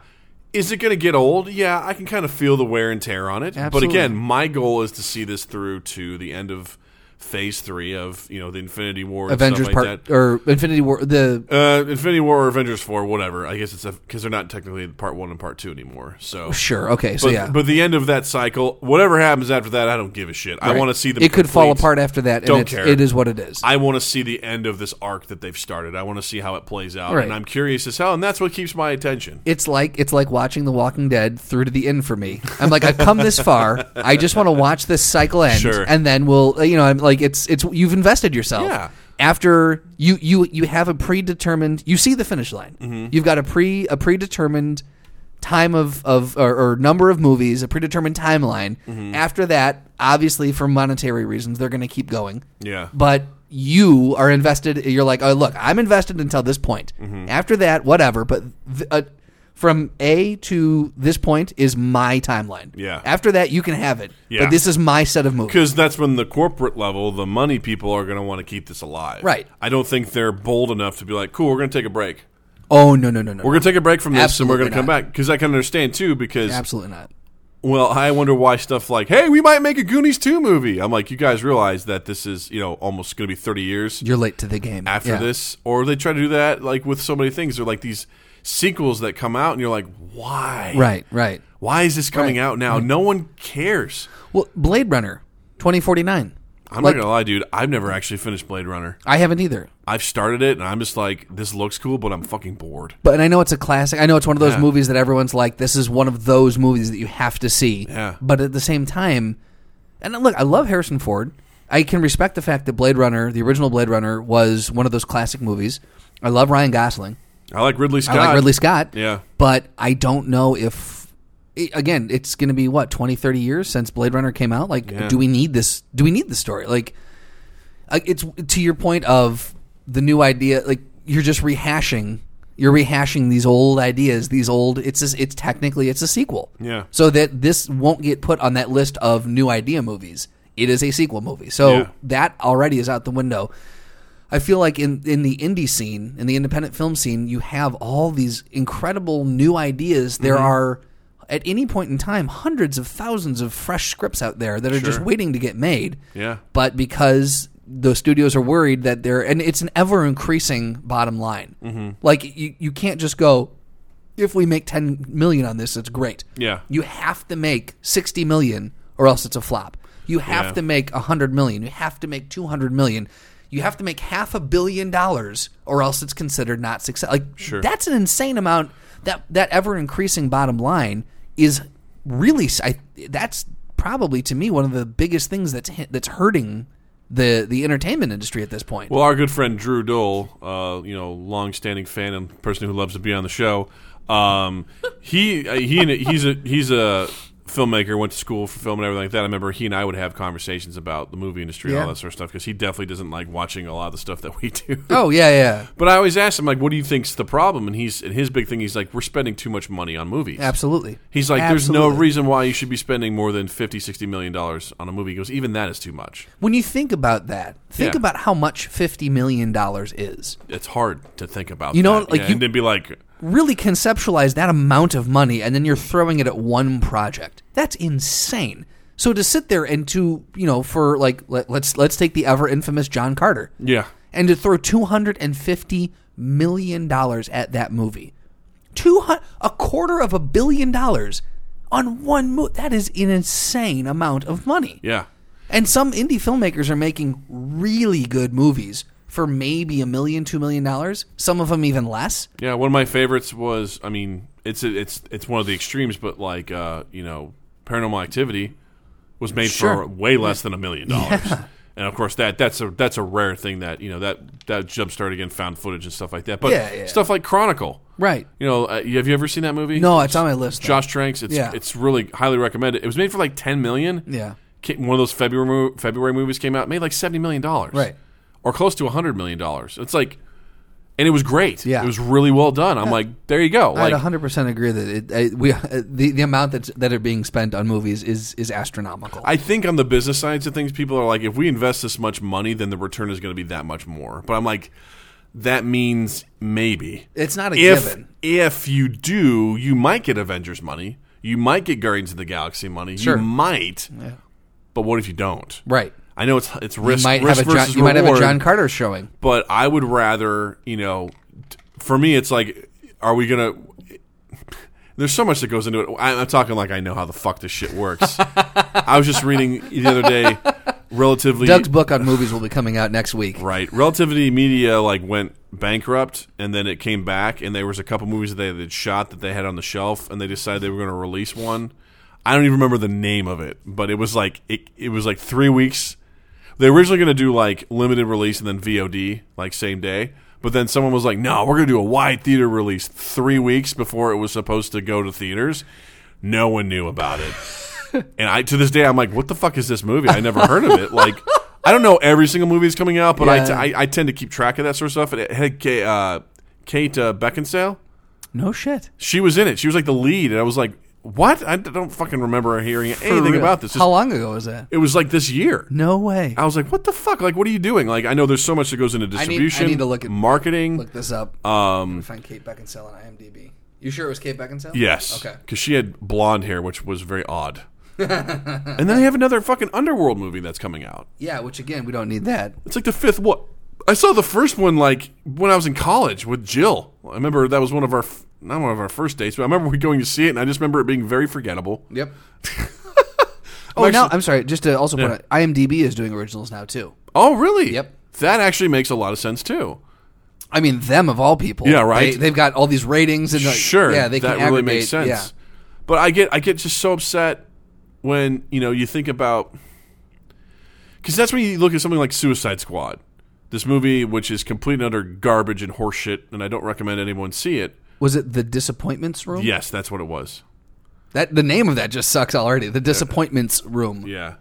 Is it going to get old? Yeah, I can kind of feel the wear and tear on it.
Absolutely.
But again, my goal is to see this through to the end of phase 3 of, you know, the Infinity War and
Avengers
stuff like
Part
that.
or Infinity War. The
Uh, Infinity War or Avengers 4, whatever. I guess it's because they're not technically part 1 and part 2 anymore. So
sure, okay, Oh, so
but,
yeah,
but the end of that cycle, whatever happens after that, I don't give a shit. I
Right.
want to see them
It could fall
complete-
apart after that. And
Don't
it's,
care.
It is what it is.
I want to see the end of this arc that they've started. I want to see how it plays out,
Right.
and I'm curious as hell, and that's what keeps my attention.
it's like it's like watching The Walking Dead through to the end for me. I'm like, I've come this far. I just want to watch this cycle end,
Sure.
and then we'll, you know, I'm like, it's it's you've invested yourself.
Yeah.
After you you you have a predetermined, you see the finish line.
Mm-hmm.
You've got a pre a predetermined time of of or, or number of movies, a predetermined timeline.
Mm-hmm.
After that, obviously for monetary reasons, they're going to keep going
Yeah,
but you are invested. You're like, oh, look, I'm invested until this point.
Mm-hmm.
After that, whatever. But th- uh, from A to this point is my timeline.
Yeah.
After that, you can have it.
Yeah.
But this is my set of movies.
because that's when the corporate level, the money people are going to want to keep this alive.
Right.
I don't think they're bold enough to be like, "Cool, we're going to take a break.
Oh no no no no.
We're going to take a break from this, and we're
Absolutely
going to come
not.
back." Because I can understand too. Because
Absolutely not.
well, I wonder why stuff like, "Hey, we might make a Goonies two movie." I'm like, you guys realize that this is you know almost going to be 30 years.
You're late to the game.
after
Yeah.
this, or they try to do that like with so many things. They're like these sequels that come out, and you're like, why?
Right right.
Why is this coming
Right.
out now? No one cares.
Well, Blade Runner, 2049.
I'm
Like-
not gonna lie, dude. I've never actually finished Blade Runner.
I haven't either.
I've started it, and I'm just like, this looks cool, but I'm fucking bored.
But and I know it's a classic. I know it's one of those
Yeah.
movies that everyone's like, this is one of those movies that you have to see.
Yeah.
But at the same time, and look, I love Harrison Ford. I can respect the fact that Blade Runner, the original Blade Runner, was one of those classic movies. I love Ryan Gosling.
I like Ridley Scott.
I like Ridley Scott.
Yeah.
But I don't know if i- again, it's going to be what 20, 30 years since Blade Runner came out. Like
Yeah.
do we need this do we need this story? Like uh, it's to your point of the new idea like you're just rehashing you're rehashing these old ideas, these old it's just, it's technically it's a sequel.
Yeah.
So that this won't get put on that list of new idea movies. It is a sequel movie. So
Yeah.
that already is out the window. I feel like in, in the indie scene, in the independent film scene, you have all these incredible new ideas.
Mm-hmm.
There are, at any point in time, hundreds of thousands of fresh scripts out there that are just
Sure.
waiting to get made.
Yeah.
But because the studios are worried that they're, and it's an ever increasing bottom line. Mm-hmm. Like, you, you can't just go, if we make 10 million on this, it's great.
Yeah.
You have to make 60 million or else it's a flop. You have
Yeah.
to make 100 million. You have to make 200 million. You have to make half a billion dollars or else it's considered not success. Like
Sure.
that's an insane amount that that ever increasing bottom line is really s- I, that's probably to me one of the biggest things that's hit, that's hurting the the entertainment industry at this point.
Well, our good friend Drew Dole, uh, you know, long-standing fan and person who loves to be on the show, um, he uh, he and he's a he's a filmmaker, went to school for film and everything like that. I remember he and I would have conversations about the movie industry and all
Yeah.
that sort of stuff because he definitely doesn't like watching a lot of the stuff that we do.
Oh yeah, yeah,
But I always ask him like, "What do you think's the problem?" And he's and his big thing. He's like, "We're spending too much money on movies."
absolutely.
He's like, "There's no
Absolutely.
reason why you should be spending more than 50, 60 million dollars on a movie." He goes, "Even that is too much.
When you think about that, think
Yeah.
about how much fifty million dollars is.
It's hard to think about."
You know,
that."
like,
Yeah,
you-
and then be like,
Really conceptualize that amount of money, and then you're throwing it at one project. That's insane. So to sit there and to you know, for like let, let's let's take the ever infamous John Carter.
"Yeah,
and to throw 250 million dollars at that movie. 200 a quarter of a billion dollars on one movie. That is an insane amount of money.
yeah,
And some indie filmmakers are making really good movies for maybe a million, two million dollars, some of them even less.
yeah." One of my favorites was, I mean, it's it's it's one of the extremes, but like, uh, you know, Paranormal Activity was made for
Sure.
way less than a million dollars. And of course, that that's a that's a rare thing that you know that that jumpstart again found footage and stuff like that. But
Yeah, yeah.
stuff like Chronicle,
Right.
You know, uh, have you ever seen that movie?
No, it's on my list. though.
Josh Tranks. It's
Yeah.
it's really highly recommended. It was made for like ten million.
Yeah.
Ca- One of those February mo- February movies came out it made like seventy million dollars.
Right.
Or close to hundred million dollars. It's like, and it was great.
Yeah.
It was really well done. I'm like, there you go.
I'd
Like,
100% agree that it, I, we, uh, the, the amount that's, that are being spent on movies is, is astronomical.
I think on the business sides of things, people are like, if we invest this much money, then the return is going to be that much more. But I'm like, that means maybe.
it's not a
if
given.
if you do, you might get Avengers money. You might get Guardians of the Galaxy money.
Sure.
You might. But what if you don't?
Right.
I know it's it's risk,
You might,
risk
have a John,
versus
you might have a
reward,
John Carter showing.
but I would rather you know. t- For me, it's like, are we gonna? There's so much that goes into it. I, I'm talking like I know how the fuck this shit works. I was just reading the other day, relatively
Doug's book on movies will be coming out next week.
Right. Relativity Media like went bankrupt and then it came back and there was a couple movies that they had shot that they had on the shelf and they decided they were going to release one. I don't even remember the name of it, but it was like it, it was like 3 weeks. They were originally going to do like limited release and then VOD like same day, but then someone was like, "No, we're going to do a wide theater release 3 weeks before it was supposed to go to theaters." No one knew about it. And I to this day I'm like, what the fuck is this movie? I never heard of it. Like, I don't know every single movie that's coming out, but I
Yeah.
t I I I tend to keep track of that sort of stuff. And it had Kate, uh, Kate uh, Beckinsale.
No shit.
She was in it. She was like the lead, and I was like, what? I d- don't fucking remember hearing anything about this.
How long ago was that?
it was like this year.
No way.
I was like, what the fuck? Like, what are you doing? Like, I know there's so much that goes into
I
distribution,
need to look at-
marketing.
Look this up. Um, find Kate Beckinsale on IMDb. You sure it was Kate Beckinsale?
Yes.
Okay.
Because she had blonde hair, which was very odd. and then they have another fucking underworld movie that's coming out.
Yeah, which again, we don't need that.
It's like the fifth one. I saw the first one like when I was in college with Jill. I remember that was one of our f- not one of our first dates, but I remember we going to see it, and I just remember it being very forgettable.
Yep. oh,
actually-
now I'm sorry. Just to also point out, IMDb is doing originals now too.
Oh, really?
Yep.
That actually makes a lot of sense too.
I mean, them of all people.
Yeah, right.
They, have got all these ratings and like,
sure,
Yeah, they
that
can
really makes sense.
aggregate-
But I get I get just so upset when you know you think about because that's when you look at something like Suicide Squad, this movie which is complete and utter garbage and horseshit, and I don't recommend anyone see it.
Yeah. Was it the disappointments room?
Yes, that's what it was.
That the name of that just sucks already. The disappointments room.
Yeah.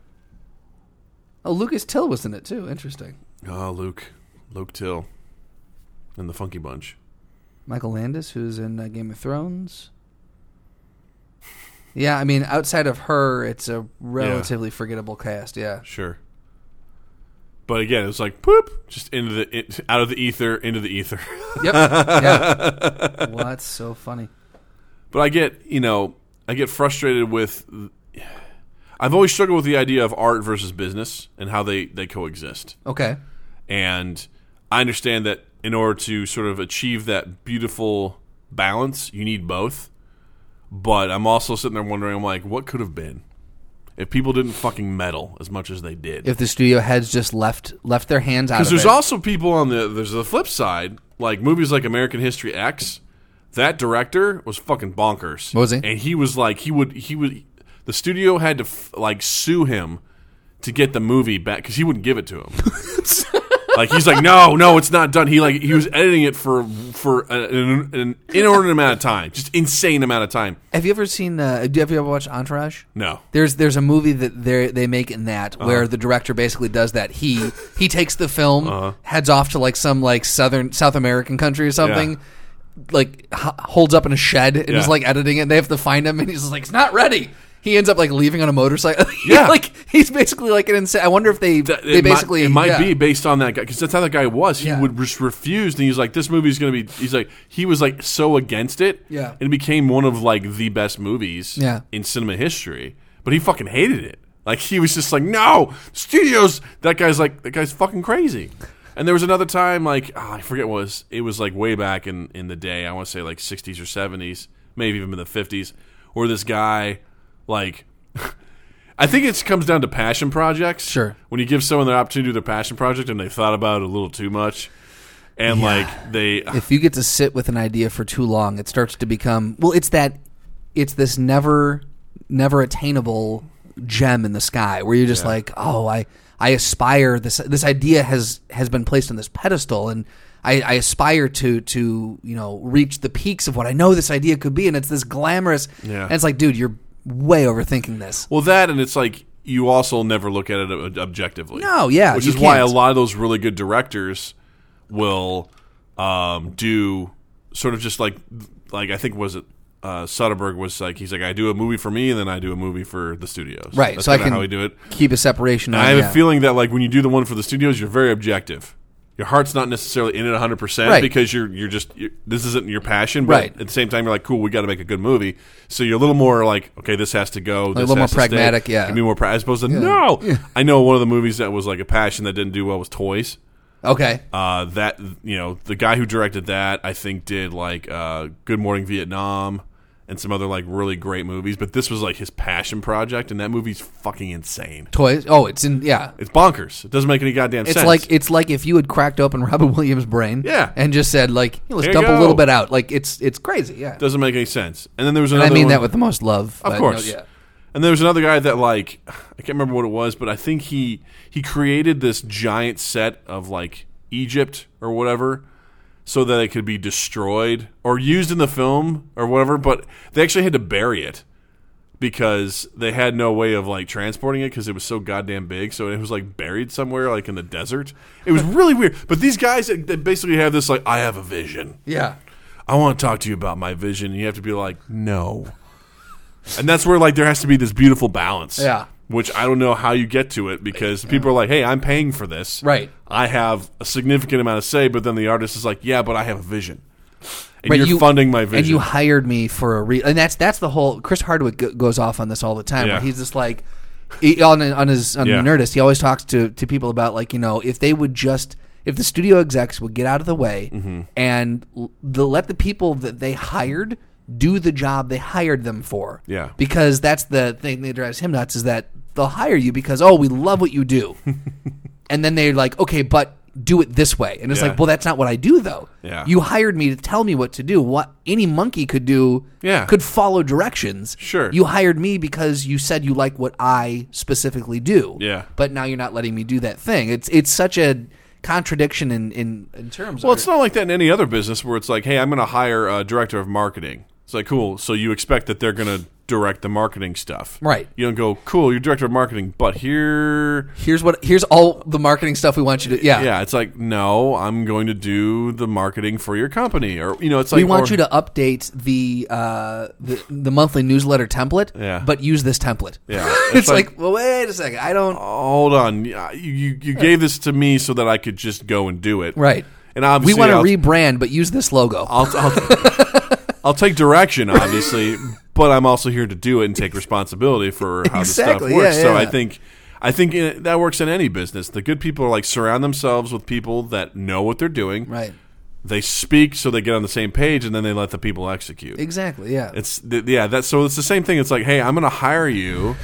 Oh, Lucas Till was in it too. Interesting.
Ah, Luke. Luke Till. And the Funky Bunch.
Michael Landis, who's in uh, Game of Thrones. Yeah, I mean, outside of her, it's a relatively forgettable cast. Yeah,
Sure. But again, it was like boop, just into the it, out of the ether, into the ether.
yep. yeah. Well, that's so funny.
but I get, you know, I get frustrated with. I've always struggled with the idea of art versus business and how they they coexist.
Okay,
And I understand that in order to sort of achieve that beautiful balance, you need both. But I'm also sitting there wondering, I'm like, what could have been if people didn't fucking meddle as much as they did?
if the studio heads just left left their hands out of
Because there's
it.
also people on the there's the flip side, like movies like American History X. That director was fucking bonkers.
Was he?
And he was like he would he would the studio had to f- like sue him to get the movie back because he wouldn't give it to him. Like he's like, no, no, it's not done. He like he was editing it for for an, an inordinate amount of time, just insane amount of time.
Have you ever seen? Uh, have you ever watched Entourage?
No,
There's there's a movie that they they make in that
Uh-huh.
where the director basically does that. He he takes the film,
Uh-huh.
heads off to like some like southern South American country or something. Like h- holds up in a shed and is
Yeah.
like editing it. And they have to find him, and he's just like, "It's not ready." He ends up like leaving on a motorcycle.
Yeah.
like he's basically like an insane. I wonder if they they
it might-
basically
it might
yeah.
be based on that guy because that's how that guy was. He
Yeah.
would just refuse, and he's like, "This movie's gonna be." He's like, he was like so against it,
Yeah.
and it became one of like the best movies,
Yeah.
in cinema history. But he fucking hated it. Like he was just like, "No, studios." That guy's like, that guy's fucking crazy. And there was another time, like ah, I forget what it was it was like way back in in the day. I want to say like '60s or '70s, maybe even in the '50s, where this guy, like, I think it comes down to passion projects
Sure.
when you give someone their opportunity to do their passion project and they thought about it a little too much and like they
if you get to sit with an idea for too long, it starts to become well. It's that it's this never never attainable gem in the sky where you're just like, oh, I I aspire this this idea has has been placed on this pedestal and. I, I aspire to to you know reach the peaks of what I know this idea could be, and it's this glamorous.
Yeah.
And it's like, dude, you're way overthinking this.
well that and it's like you also never look at it ob- objectively
No, yeah,
which
you
is why a
can't.
lot of those really good directors will um, do sort of just like like i think was it uh, Soderbergh was like he's like I do a movie for me and then I do a movie for the studios.
Right,
That's
so I
kinda
can
how we do it.
Keep a separation. on
I have
Uh, yeah.
a feeling that like when you do the one for the studios, you're very objective. Your heart's not necessarily in it 100 percent
Right.
because you're you're just you're, this isn't your passion. But
Right.
at the same time, you're like, cool, we got to make a good movie. So you're a little more like, okay, this has to go. this
little more
has to stay.
pragmatic, yeah.
Give me more. Pra- as opposed to no, I know one of the movies that was like a passion that didn't do well was Toys.
Okay.
Uh, that you know, the guy who directed that, I think, did like uh, Good Morning Vietnam and some other like really great movies. But this was like his passion project, and that movie's fucking insane.
Toys. Oh, it's in. Yeah.
It's bonkers. It doesn't make any goddamn
It's
sense.
like it's like if you had cracked open Robin Williams' brain,
Yeah.
and just said like, "Let's
Here you
dump a
go."
little bit out." Like it's it's crazy, yeah.
doesn't make any sense. And then there was
And
another.
I mean
one-
that with the most love, but
of
no,
course.
yeah.
And there was another guy that like I can't remember what it was, but I think he he created this giant set of like Egypt or whatever, so that it could be destroyed or used in the film or whatever. But they actually had to bury it because they had no way of like transporting it because it was so goddamn big. So it was like buried somewhere like in the desert. It was really weird. But these guys that that basically have this like I have a vision.
yeah,
I want to talk to you about my vision. And you have to be like, no. And that's where like there has to be this beautiful balance.
Yeah.
Which I don't know how you get to it because people are like, hey, I'm paying for this.
Right.
I have a significant amount of say, but then the artist is like, yeah, but I have a vision. And
But
you're
you-
funding my vision.
And you hired me for a re, and that's that's the whole. Chris Hardwick go- goes off on this all the time.
Yeah.
Where he's just like, he, on on his on
Yeah.
Nerdist, he always talks to to people about like you know if they would just if the studio execs would get out of the way
Mm-hmm.
and l- the, let the people that they hired do the job they hired them for.
Yeah.
because that's the thing that drives him nuts is that they'll hire you because oh we love what you do, and then they're like okay but do it this way and it's
Yeah.
like well that's not what I do though.
Yeah.
You hired me to tell me what to do. What any monkey could do
Yeah.
could follow directions.
Sure.
You hired me because you said you like what I specifically do.
Yeah.
But now you're not letting me do that thing. It's it's such a contradiction in, in, in terms
well,
of
it's not like that in any other business where it's like, hey, I'm going to hire a director of marketing. It's like, cool. So you expect that they're going to direct the marketing stuff.
Right.
You don't go, cool, you're director of marketing, but here
here's what here's all the marketing stuff we want you to yeah.
yeah, it's like no, I'm going to do the marketing for your company, or you know, it's like
We want
or-
you to update the, uh, the the monthly newsletter template,
Yeah.
but use this template.
Yeah.
it's,
It's like-
like, well, wait a second, I don't.
hold on. You you, you gave this to me so that I could just go and do it,
Right.
And
We
obviously,
want to
I'll,
rebrand, but use this logo.
I'll, I'll- I'll take direction, obviously, but I'm also here to do it and take responsibility for how
Exactly,
this stuff
yeah,
works. so
yeah.
I think. I think it, that works in any business. The good people are like surround themselves with people that know what they're doing.
right.
They speak so they get on the same page, and then they let the people execute.
Exactly. Yeah.
It's th- yeah. That's so. It's the same thing. It's like, hey, I'm going to hire you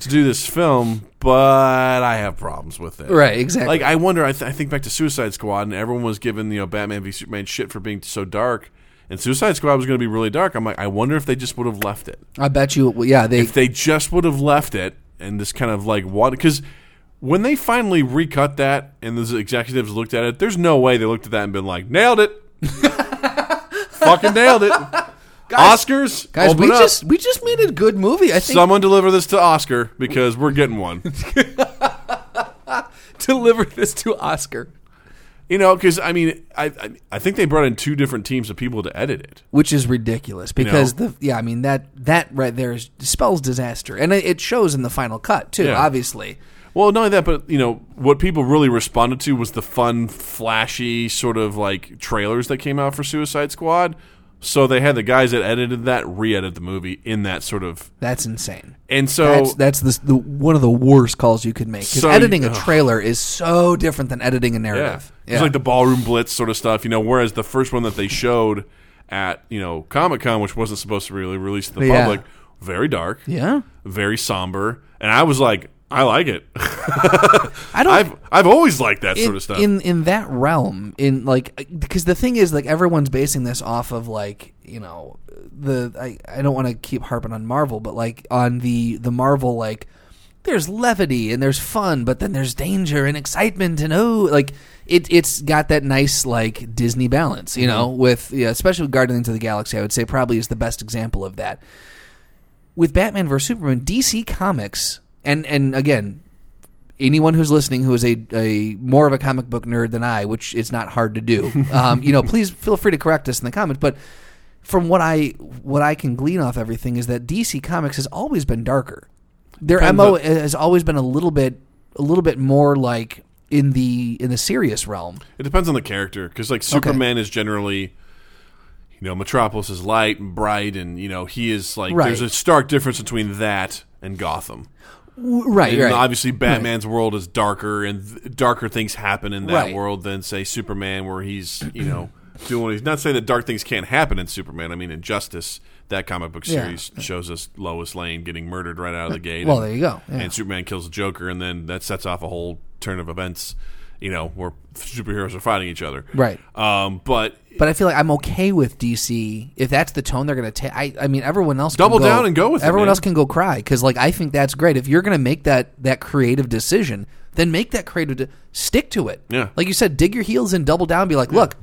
to do this film, but I have problems with it.
Right, exactly.
Like I wonder. I, th- I think back to Suicide Squad, and everyone was given you know Batman v Superman shit for being so dark, and Suicide Squad was going to be really dark. I'm like, I wonder if they just would have left it.
I bet you. Well, yeah, they.
If they just would have left it, and this kind of like what because When they finally recut that and the executives looked at it, there's no way they looked at that and been like, nailed it. Fucking nailed it. Oscars,
Guys,
open
we
up.
just we just made a good movie. I think
Someone deliver this to Oscar because we're getting one.
deliver this to Oscar,
you know, because I mean, I, I I think they brought in two different teams of people to edit it.
which is ridiculous because the yeah, I mean that that right there is, spells disaster, and it, it shows in the final cut too.
Yeah.
Obviously,
Well, not only that, but you know what people really responded to was the fun, flashy sort of like trailers that came out for Suicide Squad. So they had the guys that edited that re-edit the movie in that sort of,
that's insane.
and so
That's that's the, the one of the worst calls you could make because
So-
editing a
ugh.
trailer is so different than editing a
yeah,
narrative.
it's like the ballroom blitz sort of stuff, you know. Whereas the first one that they showed at you know Comic Con, which wasn't supposed to really release to the
Yeah.
public, very dark,
yeah.
very somber, and I was like, I like it.
I don't.
I've I've always liked that
in,
sort of stuff.
in in that realm in like uh, because the thing is like everyone's basing this off of like you know the I, I don't want to keep harping on Marvel but like on the the Marvel like there's levity and there's fun but then there's danger and excitement and oh like it it's got that nice like Disney balance you know
Mm-hmm.
with yeah, especially Guardians of the Galaxy I would say probably is the best example of that with Batman vs Superman, DC Comics, and and again, anyone who's listening who is a, a more of a comic book nerd than I, which it's not hard to do, um, you know, please feel free to correct us in the comments. But from what I what I can glean off everything is that DC Comics has always been darker. Their
Depends
mo
on-
has always been a little bit a little bit more like in the in the serious realm.
It depends on the character, because like Superman is generally, you know, Metropolis is light and bright, and you know he is like.
Right.
There's a stark difference between that and Gotham.
W- Right,
And
right.
obviously, Batman's world is darker, and th- darker things happen in that
Right.
world than say Superman, where he's you know doing. He's not saying that dark things can't happen in Superman. I mean, Injustice, that comic book
Yeah.
series shows us Lois Lane getting murdered right out of the gate.
well,
and-
there you go. Yeah.
and Superman kills the Joker, and then that sets off a whole turn of events. You know, where superheroes are fighting each other.
Right.
Um, but
But I feel like I'm okay with DC if that's the tone they're going to take. I, I mean, everyone else
Double
can go,
down and go with it,
Everyone
man.
else can go cry because, like, I think that's great. If you're going to make that that creative decision, then make that creative. De- stick to it.
Yeah.
Like you said, dig your heels in, double down. Be like, look,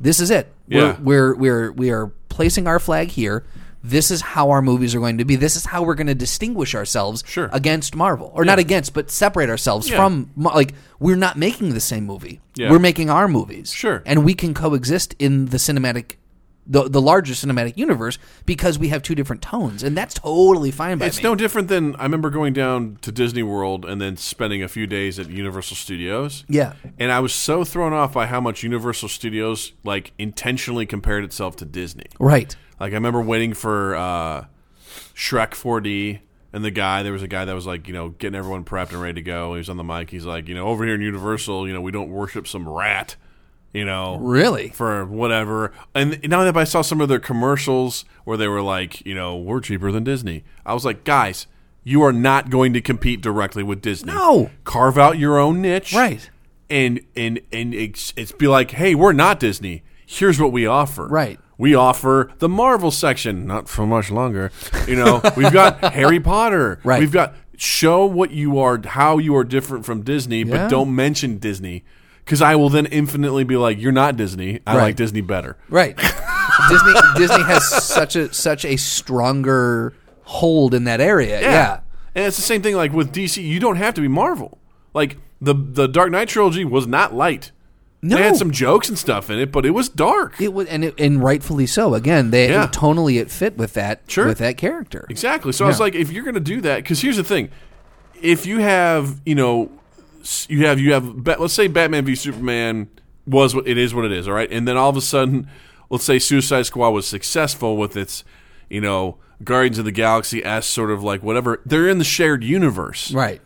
this is it.
Yeah.
We're, we're we're we are placing our flag here. This is how our movies are going to be. This is how we're going to distinguish ourselves
Sure.
against Marvel, or not against, but separate ourselves
Yeah.
from Mar- like we're not making the same movie.
Yeah.
We're making our movies
Sure.
and we can coexist in the cinematic the, the larger cinematic universe because we have two different tones and that's totally fine by
it's
me
no different than I remember going down to Disney World and then spending a few days at Universal Studios.
yeah
And I was so thrown off by how much Universal Studios like intentionally compared itself to Disney.
right
Like I remember waiting for uh, Shrek 4D, and the guy there was a guy that was like, you know, getting everyone prepped and ready to go. He was on the mic. He's like, you know, over here in Universal, you know, we don't worship some rat, you know,
really
for whatever. And now that I saw some of their commercials where they were like, you know, we're cheaper than Disney, I was like, guys, you are not going to compete directly with Disney.
No.
carve out your own niche,
Right.
And and and it's, it's be like, hey, we're not Disney. Here's what we offer.
Right.
We offer the Marvel section, not for much longer. You know, we've got Harry Potter.
Right.
We've got show what you are, how you are different from Disney,
Yeah.
but don't mention Disney because I will then infinitely be like, you're not Disney. I
Right.
like Disney better.
right disney disney has such a such a stronger hold in that area yeah,
And it's the same thing like with DC. You don't have to be Marvel. Like the the Dark Knight trilogy was not light.
No.
They had some jokes and stuff in it, but it was dark.
it was and, it, and rightfully so again they
Yeah.
tonally it fit with that
Sure.
with that character
Exactly. So I was like, if you're going to do that, because here's the thing: if you have, you know, s- you have, you have. Ba- Let's say Batman v Superman was what it is, what it is. All right, and then all of a sudden, let's say Suicide Squad was successful with its, you know, Guardians of the Galaxy as sort of like whatever. They're in the shared universe.
right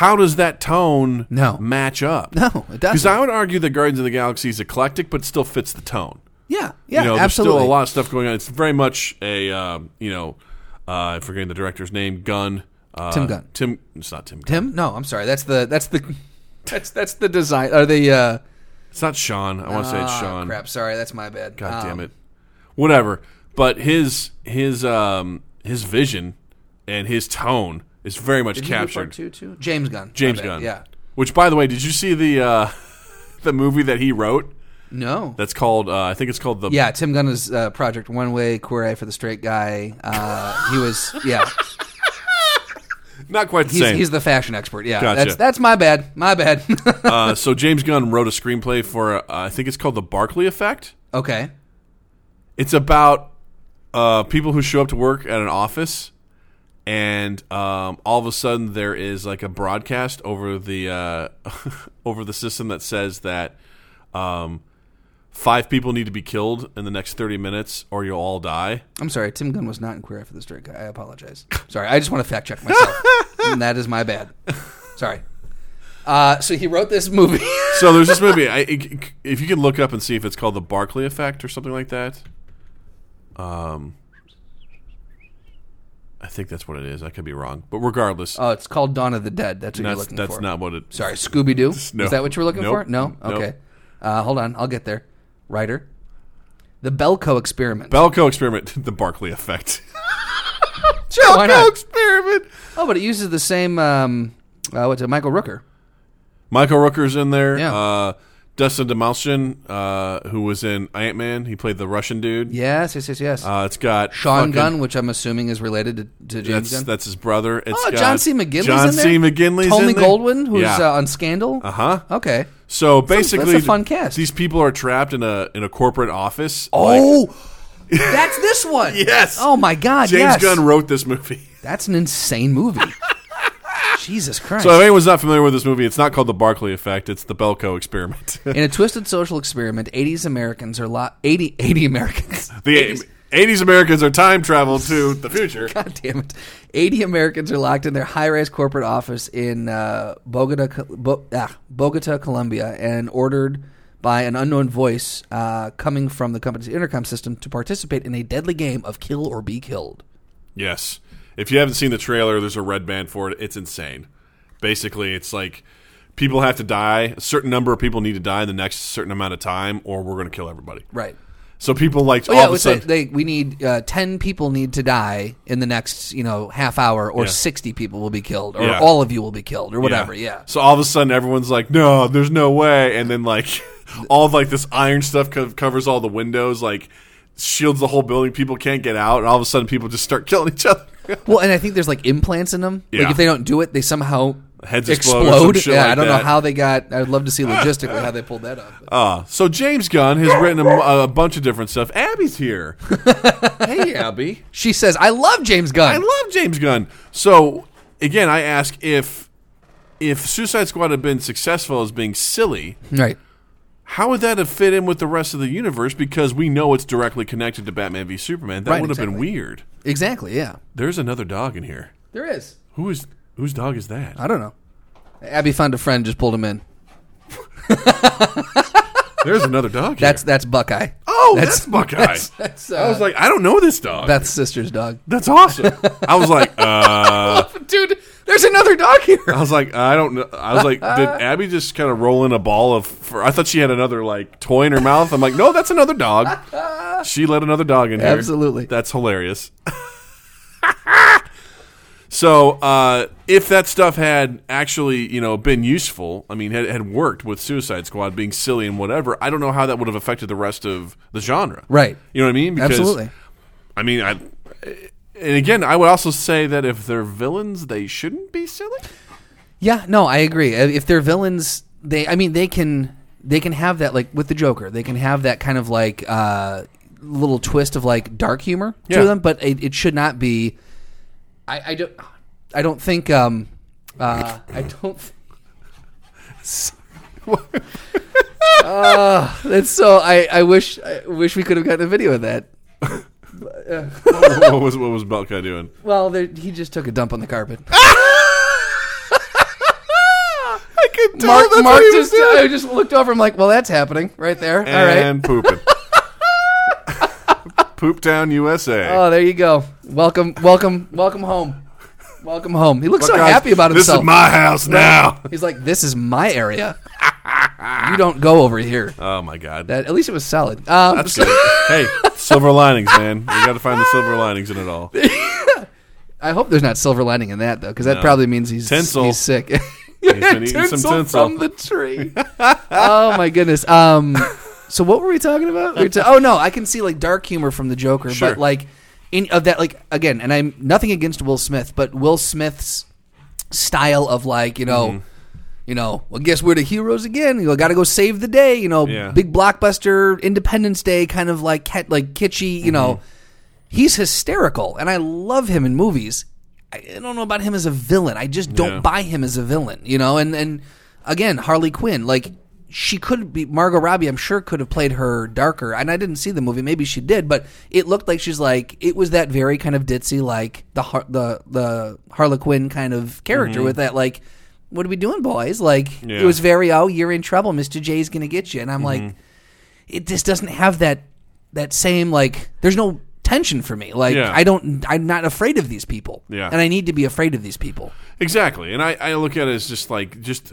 How does that tone
No.
match up?
No, it doesn't.
Because I would argue that Guardians of the Galaxy is eclectic, but still fits the tone
yeah yeah
you know,
absolutely
there's still a lot of stuff going on. It's very much a, um, you know, uh, I'm forgetting the director's name, Gunn. Uh,
Tim Gunn.
Tim, it's not Tim Gunn.
tim no i'm sorry that's the that's the that's that's the design or the uh
It's not Sean. I want to say it's
Ah,
Sean.
Crap, sorry, that's my bad.
God damn
Um,
it. Whatever. But his his um his vision and his tone is very much
did he do part
captured.
two too? James Gunn. my
James
bad,
Gunn.
Yeah.
Which, by the way, did you see the uh, the movie that he wrote?
No.
That's called uh, I think it's called the
Yeah, Tim Gunna's uh, project One Way Queer Eye for the Straight Guy. Uh, he was yeah.
not quite the
He's,
same.
he's the fashion expert. Yeah.
Gotcha.
That's that's my bad. My bad.
uh, so James Gunn wrote a screenplay for uh, I think it's called the Barkley Effect.
okay.
It's about uh, people who show up to work at an office, and um, all of a sudden there is like a broadcast over the uh, over the system that says that um, five people need to be killed in the next thirty minutes, or you'll all die.
I'm sorry. Tim Gunn was not in Queer Eye for the Straight Guy. I apologize. Sorry. I just want to fact check myself. and that is my bad. Sorry. Uh, so he wrote this movie.
So there's this movie. I, it- if you can look up and see if it's called the Barkley Effect or something like that. Um, I think that's what it is. I could be wrong, but regardless,
oh, it's called Dawn of the Dead. That's what you're
that's
looking
that's
for.
not what it.
Sorry, Scooby Doo.
No.
Is that what you were looking
Nope.
for? No.
Nope.
Okay. Uh, hold on, I'll get there. Writer, the Belco experiment.
Belko experiment, the Barkley Effect.
Why
Belko
not?
experiment.
Oh, but it uses the same. Um, uh, what's it? Michael Rooker.
Michael Rooker's in there.
Yeah.
Uh, Dustin Demolshin, uh, who was in Ant Man, he played the Russian dude.
Yes, yes, yes, yes.
Uh, it's got
Sean
fucking-
Gunn, which I'm assuming is related to, to James
That's
Gunn.
that's his brother. It's
oh,
got
John C. McGinley's
John
in there.
C. McGinley's
Tony
in there.
Goldwyn, who's
yeah.
uh, on Scandal.
Uh huh.
Okay.
So
that's a
basically,
fun cast.
These people are trapped in a in a corporate office. Like,
Oh, that's this one.
yes.
Oh my God.
James
yes.
Gunn wrote this movie.
That's an insane movie. Jesus Christ.
So if anyone's not familiar with this movie, it's not called the Barkley Effect. It's the Belko Experiment. the
In a twisted social experiment, 80s Americans are lo- 80 80 Americans.
eighties 80s Americans are time traveled to the future.
God damn it. 80 Americans are locked in their high-rise corporate office in uh, Bogota, Co- Bo- ah, Bogota, Colombia, and ordered by an unknown voice uh, coming from the company's intercom system to participate in a deadly game of kill or be killed.
Yes. If you haven't seen the trailer, there's a red band for it. It's insane. Basically, it's like people have to die. A certain number of people need to die in the next certain amount of time, or we're going to kill everybody.
Right.
So people like
Oh,
all
yeah,
of
it
a
was like
sudden,
they, we need uh, 10 people need to die in the next, you know, half hour or
Yeah.
60 people will be killed or
Yeah.
all of you will be killed or whatever, yeah.
So all of a sudden, everyone's like, "No, there's no way!" And then like all of, like this iron stuff co- covers all the windows, like shields the whole building. People can't get out, and all of a sudden, people just start killing each other.
Well, and I think there's like implants in them.
Yeah.
Like if they don't do it, they somehow
Heads explode
explode.
or some shit
yeah,
like
I don't
that.
know how they got. I'd love to see logistically how they pulled that up.
uh, so James Gunn has written a, m- a bunch of different stuff. Abby's here. hey, Abby.
She says, "I love James Gunn."
I love James Gunn. So again, I ask if if Suicide Squad had been successful as being silly,
right.
how would that have fit in with the rest of the universe? Because we know it's directly connected to Batman v Superman. That
Right,
would have been
exactly.
weird.
Exactly. Yeah.
There's another dog in here.
There is.
Who is whose dog is that?
I don't know. Abby found a friend, just pulled him in.
There's another dog.
That's
here.
that's Buckeye.
oh, that's, Buckeye.
that's,
I was
uh,
like, I don't know this dog.
Beth's sister's dog.
that's awesome. I was like, uh,
Dude, there's another dog here.
I was like, I don't know. I was like, did Abby just kind of roll in a ball of? Fur? I thought she had another like toy in her mouth. I'm like, no, that's another dog. She let another dog in here.
Absolutely.
that's hilarious. so, uh, if that stuff had actually, you know, been useful, I mean, had, had worked with Suicide Squad being silly and whatever, I don't know how that would have affected the rest of the genre.
Right.
You know what I mean? Because,
Absolutely.
I mean, I. And again, I would also say that if they're villains, they shouldn't be silly.
Yeah, no, I agree. Uh, If they're villains, they I mean they can they can have that like with the Joker, they can have that kind of like uh little twist of like dark humor
Yeah.
to them, but it, it should not be I, I don't I don't think um uh I don't uh, it's so I, I wish I wish we could have gotten a video of that.
what was what was Belka doing?
Well, there, he just took a dump on the carpet.
I could tell
Mark, Mark just I just looked over. I'm like, well, that's happening right there. All right.
And pooping. Poop Town USA.
Oh, there you go. Welcome, welcome, welcome home. Welcome home. He looks so
Guys,
happy about
This
himself.
is my house now.
He's like, "This is my area. you don't go over here."
Oh my god.
That at least it was solid. Um,
That's good. hey, silver linings, man. We got to find the silver linings in it all.
I hope there's not silver lining in that though, because that probably means he's
Tinsel.
he's sick.
He's been eating some
tinsel
tinsel.
from the tree. oh my goodness. Um, so what were we talking about? We were ta- oh no, I can see like dark humor from the Joker,
Sure.
but like in of that like again, and I'm nothing against Will Smith, but Will Smith's style of like you
Mm-hmm.
know. You know, well, guess we're the heroes again. You got to go save the day. You know,
Yeah.
big blockbuster Independence Day kind of like cat, like kitschy.
Mm-hmm.
You know, he's hysterical, and I love him in movies. I I don't know about him as a villain. I just don't
Yeah.
buy him as a villain, you know. And and again, Harley Quinn, like she could be Margot Robbie. I'm sure could have played her darker. And I didn't see the movie. Maybe she did, but it looked like she's like it was that very kind of ditzy, like the Har- the the Harlequin kind of character with that like. What are we doing, boys? Like
Mm-hmm. Yeah. Mm-hmm.
it was very oh, you're in trouble. Mister J's gonna get you, and I'm like, it just doesn't have that that same like there's no tension for me like
Yeah.
i don't i'm not afraid of these people
Yeah.
and i need to be afraid of these people
Exactly, and I, I look at it as just like just,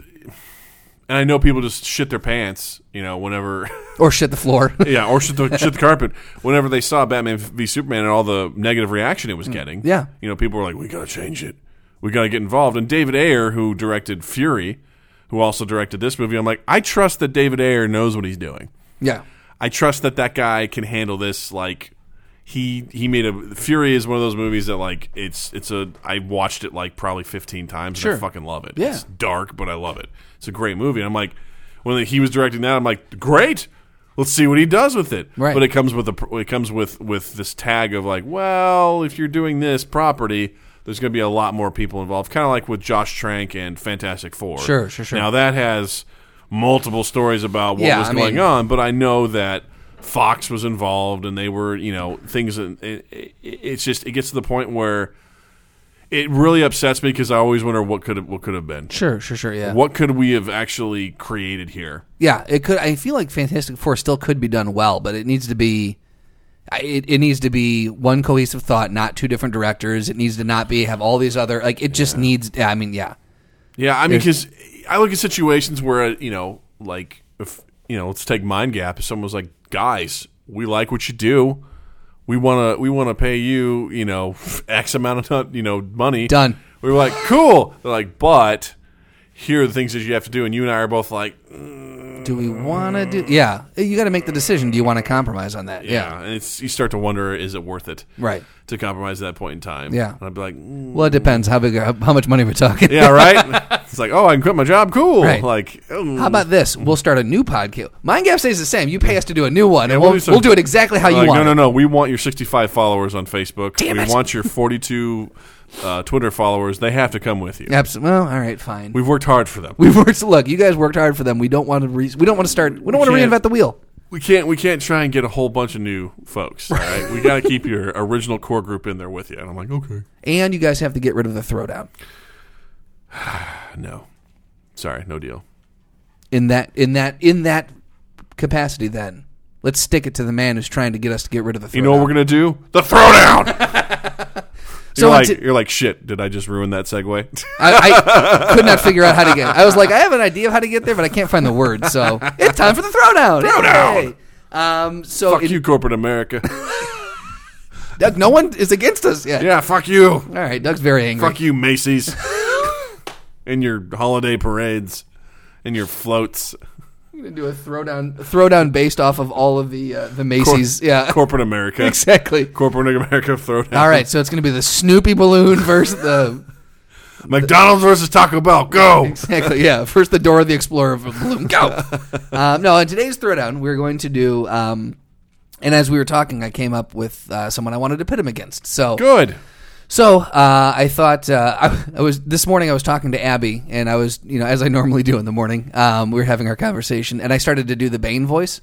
and I know people just shit their pants, you know, whenever,
or shit the floor
yeah, or shit the, shit the carpet whenever they saw Batman v Superman and all the negative reaction it was getting.
yeah.
you know, people were like, we gotta change it, we gotta get involved. And David Ayer, who directed Fury, who also directed this movie, I'm like, I trust that David Ayer knows what he's doing.
yeah
I trust that that guy can handle this. Like he he made a Fury is one of those movies that like it's it's a I watched it like probably fifteen times.
Sure.
and I fucking love it.
Yeah.
It's dark, but I love it. It's a great movie. And I'm like when he was directing that, I'm like great. Let's see what he does with it.
Right.
But it comes with a pr- it comes with with this tag of like, well, if you're doing this property. There's going to be a lot more people involved, kind of like with Josh Trank and Fantastic Four.
Sure, sure, sure.
Now that has multiple stories about what
Yeah,
was
I
going
mean-
on on, but I know that Fox was involved, and they were, you know, things. that- It, it, it's just it gets to the point where it really upsets me because I always wonder what could have, what could have been,
sure sure sure yeah
what could we have actually created here?
yeah it could i feel like fantastic four still could be done well but it needs to be I- it, it needs to be one cohesive thought not two different directors it needs to not be have all these other like it just needs yeah, i mean yeah
Yeah, I mean, because I look at situations where uh, you know, like if you know, let's take Mind Gap. If someone was like, "Guys, we like what you do. We wanna we wanna pay you, you know, X amount of you know money."
Done.
We were like, "Cool." They're like, "But here are the things that you have to do," and you and I are both like,
do we want to do yeah you got to make the decision do you want to compromise on that yeah.
"Yeah," and it's you start to wonder, is it worth it?
Right.
To compromise at that point in time.
Yeah.
And I'd be like, mm,
well it depends how big how, how much money we're talking
"Yeah, right." it's like, "Oh, I can quit my job. Cool."
Right.
Like, mm.
How about this? We'll start a new podcast. Mind Gap stays the same. You pay us to do a new one, and
we'll
we'll, we'll,
do
do
some-
it exactly how you
Like,
want.
No, no,
it.
no. We want your 65 followers on Facebook. we
it.
want your 42 uh, Twitter followers. They have to come with you.
Abs- well, all right, fine.
We've worked hard for them.
We've worked. Look, you guys worked hard for them. We don't want to. Re- we don't want to start. We don't want to
can't-
reinvent the wheel.
We can't. We can't try and get a whole bunch of new folks. All right, we got to keep your original core group in there with you. And I'm like, okay,
And you guys have to get rid of the throwdown.
no, sorry, no deal.
In that, in that, in that capacity, then let's stick it to the man who's trying to get us to get rid of the. Throwdown.
You know what we're gonna do? The throwdown.
So
you're like,
unti-
you're like, shit. Did I just ruin that segue?
I, I could not figure out how to get. I was like, I have an idea of how to get there, but I can't find the word. So it's time for the throwdown.
Throwdown!
Yay! Um. So
fuck
it-
you, corporate America.
Doug, no one is against us yet.
yeah, fuck you.
All right, Doug's very angry.
Fuck you, Macy's. and your holiday parades, and your floats.
gonna do a throwdown throwdown based off of all of the uh, the Macy's. yeah,
corporate America.
exactly.
Corporate America throwdown.
All right, so it's gonna be the Snoopy balloon versus the
McDonald's versus Taco Bell. Go.
exactly yeah first the Dora the Explorer balloon go. um, no, on today's throwdown we're going to do. Um, and as we were talking, I came up with uh, someone I wanted to pit him against. So
Good.
So uh, I thought uh, I, I was this morning. I was talking to Abby, and I was, you know, as I normally do in the morning. Um, we were having our conversation, and I started to do the Bane voice,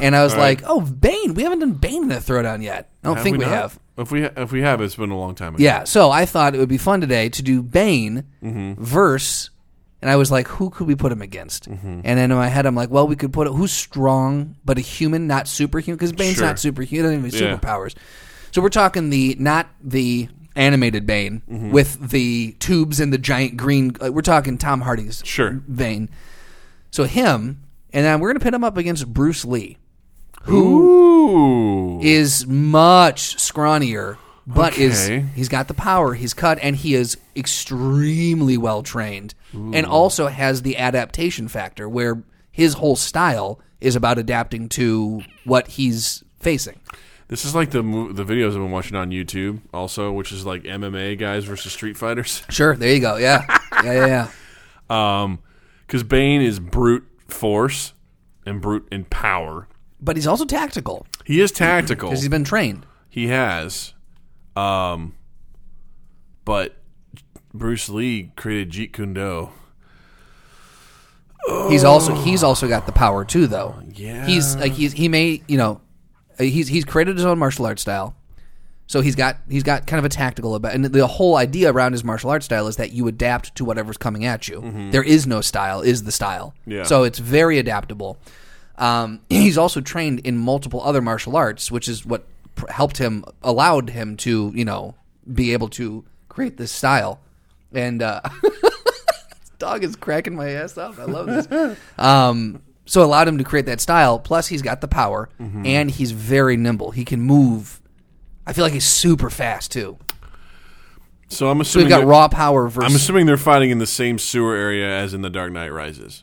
and I was like, "Oh, Bane! We haven't done Bane in a throwdown yet. I don't think we,
not?
have."
If we if we have, it's been a long time. Ago.
Yeah. So I thought it would be fun today to do Bane
Mm-hmm.
verse, and I was like, "Who could we put him against?"
Mm-hmm.
And then in my head, I'm like, "Well, we could put it, who's strong but a human, not superhuman, because Bane's
Sure.
not superhuman. He doesn't even
Yeah.
have superpowers." So we're talking the not the animated Bane
Mm-hmm.
with the tubes and the giant green. uh, we're talking Tom Hardy's
Sure.
Bane. So him, and then we're gonna pit him up against Bruce Lee
Ooh.
is much scrawnier but
Okay.
is he's got the power, he's cut, and he is extremely well trained, and also has the adaptation factor where his whole style is about adapting to what he's facing.
This is like the mo- the videos I've been watching on YouTube also, which is like MMA guys versus street fighters.
Sure, there you go. Yeah, yeah, yeah. yeah.
Because Bane is brute force and brute in power.
But he's also tactical
He is tactical.
because he's been trained.
He has. Um, but Bruce Lee created Jeet Kune Do.
He's also he's also got the power too, though.
Oh. Yeah.
he's like he's he may you know uh, he's he's created his own martial arts style, so he's got he's got kind of a tactical about, and the whole idea around his martial arts style is that you adapt to whatever's coming at you. There is no style, is the style.
Yeah.
So it's very adaptable. Um, he's also trained in multiple other martial arts, which is what pr- helped him, allowed him to you know be able to create this style, and. Uh, dog is cracking my ass up. I love this. um, so it allowed him to create that style. Plus, he's got the power, and he's very nimble. He can move. I feel like he's super fast too.
So I'm
We've
assuming
got
they're-
raw power
I'm
versus.
assuming they're fighting in the same sewer area as in The Dark Knight Rises.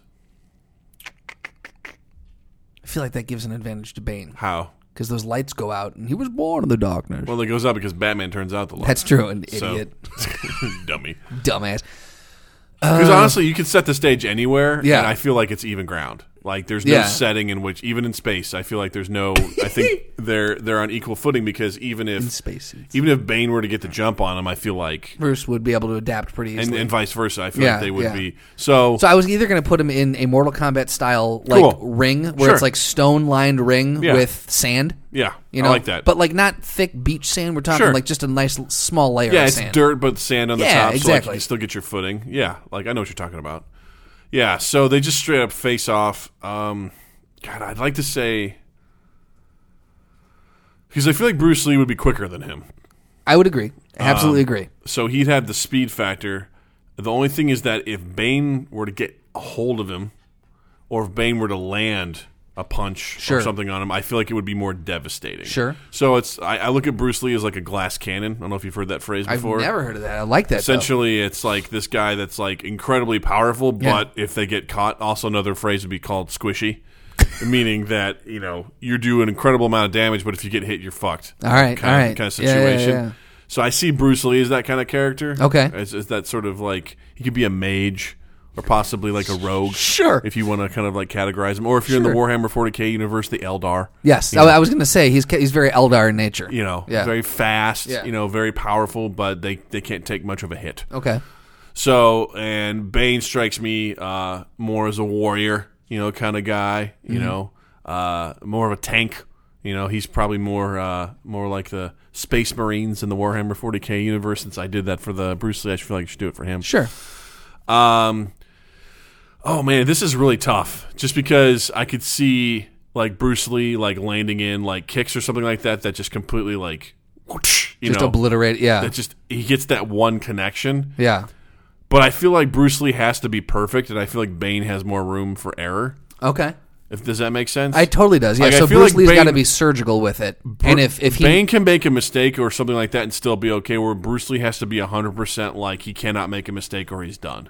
I feel like that gives an advantage to Bane
How?
because those lights go out, and he was born in the darkness.
Well, it goes up because Batman turns out the light.
That's true, an
So-
idiot,
dummy.
dumbass.
Because honestly, you could set the stage anywhere,
Uh, Yeah.
and I feel like it's even ground. Like there's no
Yeah.
setting in which, even in space, I feel like there's no. I think they're they're on equal footing because even if
In spacesuits.
even if Bane were to get the jump on him, I feel like,
Bruce would be able to adapt pretty easily.
and, and vice versa, I feel
Yeah,
like they would
yeah.
be. So,
So I was either going to put him in a Mortal Kombat style like
Cool.
ring, where
Sure.
it's like stone lined ring
Yeah.
with sand.
yeah,
You know,
I like that.
But like not thick beach sand. We're talking
Sure.
like just a nice l- small layer.
yeah,
of
it's
sand.
dirt, but sand on the
Yeah,
top, so like, you
exactly.
can still get your footing. Yeah, like I know what you're talking about. Yeah, so they just straight up face off. Um, God, I'd like to say because I feel like Bruce Lee would be quicker than him.
I would agree. Absolutely
Um,
agree.
so he'd have the speed factor. The only thing is that if Bane were to get a hold of him, or if Bane were to land a punch or
Sure.
something on him, I feel like it would be more devastating.
Sure.
So it's I, I look at Bruce Lee as like a glass cannon. I don't know if you've heard that phrase
I've
before.
never heard of that. I like that. though.
Essentially, it's like this guy that's like incredibly powerful, but if they get caught, also another phrase would be called squishy, meaning that you know you do an incredible amount of damage, but if you get hit, you're fucked.
All right,
kind,
all
of-
right.
kind of
Yeah, yeah,
situation.
yeah.
So I see Bruce Lee as that kind of character.
Okay.
as, as that sort of like he could be a mage or possibly like a rogue.
Sure.
if you want to kind of like categorize him, or if you're in the
Sure.
Warhammer 40k universe, the Eldar.
Yes, I, I was going to say he's ca- he's very Eldar in nature.
You know,
Yeah.
very fast.
Yeah.
You know, very powerful, but they they can't take much of a hit.
okay.
So, and Bane strikes me uh, more as a warrior, you know, kind of guy, you know, uh, more of a tank. You know, he's probably more uh, more like the Space Marines in the Warhammer 40k universe. Since I did that for the Bruce Lee, I feel like I should do it for him.
Sure.
Um, oh man, this is really tough. Just because I could see like Bruce Lee like landing in like kicks or something like that that just completely like whoosh, you
Just
know
obliterate. Yeah.
that just he gets that one connection.
Yeah.
But I feel like Bruce Lee has to be perfect, and I feel like Bane has more room for error.
Okay.
If does that make sense?
I totally does. Yeah.
Like, I
so
feel
Bruce
like
Lee's
Bane-
got to be surgical with it. and if if he
Bane can make a mistake or something like that and still be okay, where Bruce Lee has to be hundred percent like he cannot make a mistake or he's done.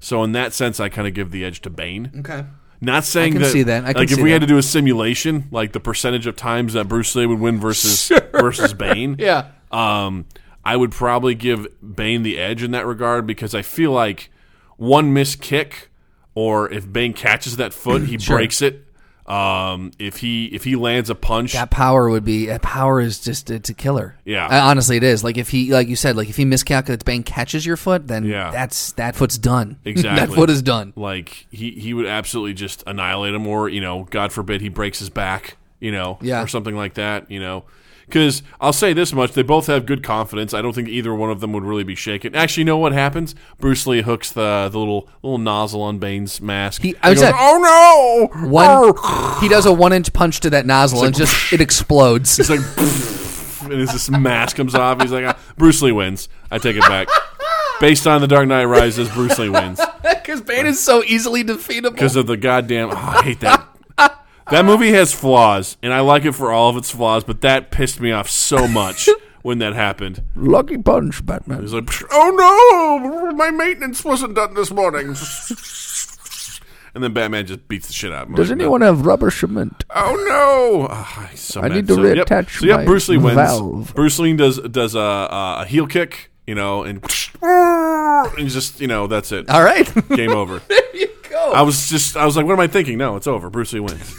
So in that sense, I kind of give the edge to Bane.
okay.
Not saying
can
that,
see that. I can
like if
see
we had
that.
to do a simulation, like the percentage of times that Bruce Lee would win versus versus Bane.
Yeah.
Um, I would probably give Bane the edge in that regard because I feel like one missed kick, or if Bane catches that foot, he breaks it. Um, if he if he lands a punch,
That power would be that power is just it's a killer.
Yeah.
Uh, honestly, it is. Like if he like you said like if he miscalculates, Bane catches your foot, then
Yeah.
that's that foot's done. that
Exactly.
foot is done.
like he he would absolutely just annihilate him, or you know, God forbid he breaks his back, you know,
Yeah.
or something like that, you know. Because I'll say this much: they both have good confidence. I don't think either one of them would really be shaken. Actually, you know what happens? Bruce Lee hooks the, the little little nozzle on Bane's mask.
He- I was
goes,
at-
"Oh no!"
One
Oh!
he does a one inch punch to that nozzle and just it explodes.
It's like, and as this mask comes off, he's like, ah, "Bruce Lee wins." I take it back. Based on the Dark Knight Rises, Bruce Lee wins.
Because Bane is so easily defeatable.
because of the goddamn. Oh, I hate that. that movie has flaws, and I like it for all of its flaws, but that pissed me off so much when that happened.
Lucky punch, Batman.
He's like, "Psh, oh no, my maintenance wasn't done this morning. and then Batman just beats the shit out of him.
Does
Like,
anyone have rubber cement?
Oh no! Ah, he's so
I
mad.
need to
so, yep.
reattach
So yeah,
my
Bruce Lee wins.
valve.
Bruce Lee does does a, a heel kick, you know, and and just you know that's it.
All right.
Game over.
there you go.
I was just I was like, what am I thinking? No, it's over. Bruce Lee wins.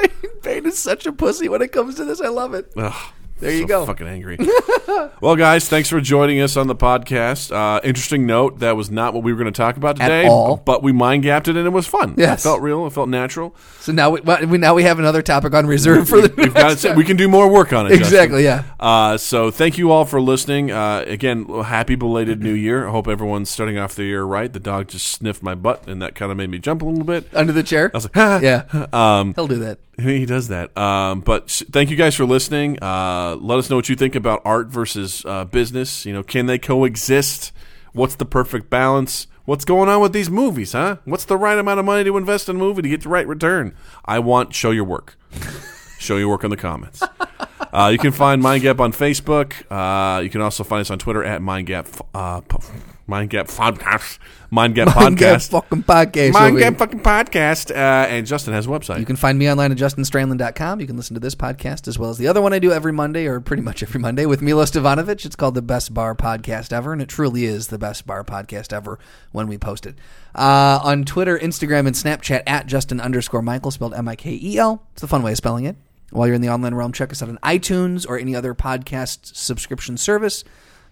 Bane, Bane is such a pussy when it comes to this. I love it.
Ugh.
There you
so
go.
Fucking angry. well, guys, thanks for joining us on the podcast. Uh, interesting note that was not what we were going to talk about today,
all.
but we mind gapped it and it was fun.
Yes.
it felt real. It felt natural.
So now we, well, we now we have another topic on reserve for the
We've got it. We can do more work on it. Justin.
exactly. Yeah.
Uh, so thank you all for listening. Uh, again, happy belated New Year. I hope everyone's starting off the year right. The dog just sniffed my butt, and that kind of made me jump a little bit.
Under the chair.
I was like, "Ah."
yeah. Um, He'll do that.
He does that. Um, but sh- thank you guys for listening. Uh, let us know what you think about art versus uh, business. You know, can they coexist? What's the perfect balance? What's going on with these movies, huh? What's the right amount of money to invest in a movie to get the right return? I want show your work. show your work in the comments. Uh, you can find Mind Gap on Facebook. Uh, you can also find us on Twitter at Mind Gap, uh, p- Mind Gap Podcast, Mind Gap
Mind Gap
Podcast,
Fucking podcast.
Mind
over
Gap
here.
fucking podcast. Uh, and Justin has a website.
You can find me online at justinstrandland.com. You can listen to this podcast as well as the other one I do every Monday, or pretty much every Monday, with Milo Stevanovic. It's called the Best Bar Podcast Ever, and it truly is the best bar podcast ever when we post it. Uh, on Twitter, Instagram, and Snapchat at Justin underscore Michael, spelled M I K E L. It's the fun way of spelling it. While you're in the online realm, check us out on iTunes or any other podcast subscription service.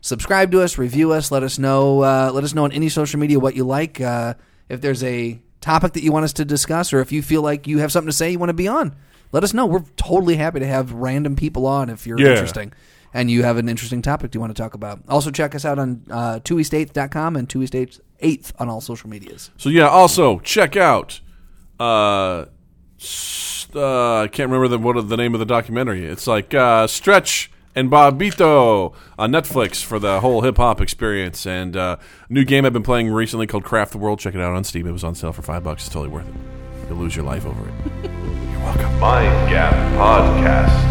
Subscribe to us, review us, let us know. Uh, let us know on any social media what you like. Uh, if there's a topic that you want us to discuss, or if you feel like you have something to say you want to be on, let us know. We're totally happy to have random people on if you're
Yeah.
interesting and you have an interesting topic you want to talk about. Also, check us out on uh, twoeast8th.com and twoeast8th on all social medias.
So yeah, also check out. Uh, s- uh, I can't remember the, what the name of the documentary. It's like uh, Stretch and Bobito on Netflix for the whole hip hop experience and uh, new game I've been playing recently called Craft the World. Check it out on Steam. It was on sale for five bucks. It's totally worth it. You'll lose your life over it.
Mind Gap Podcast.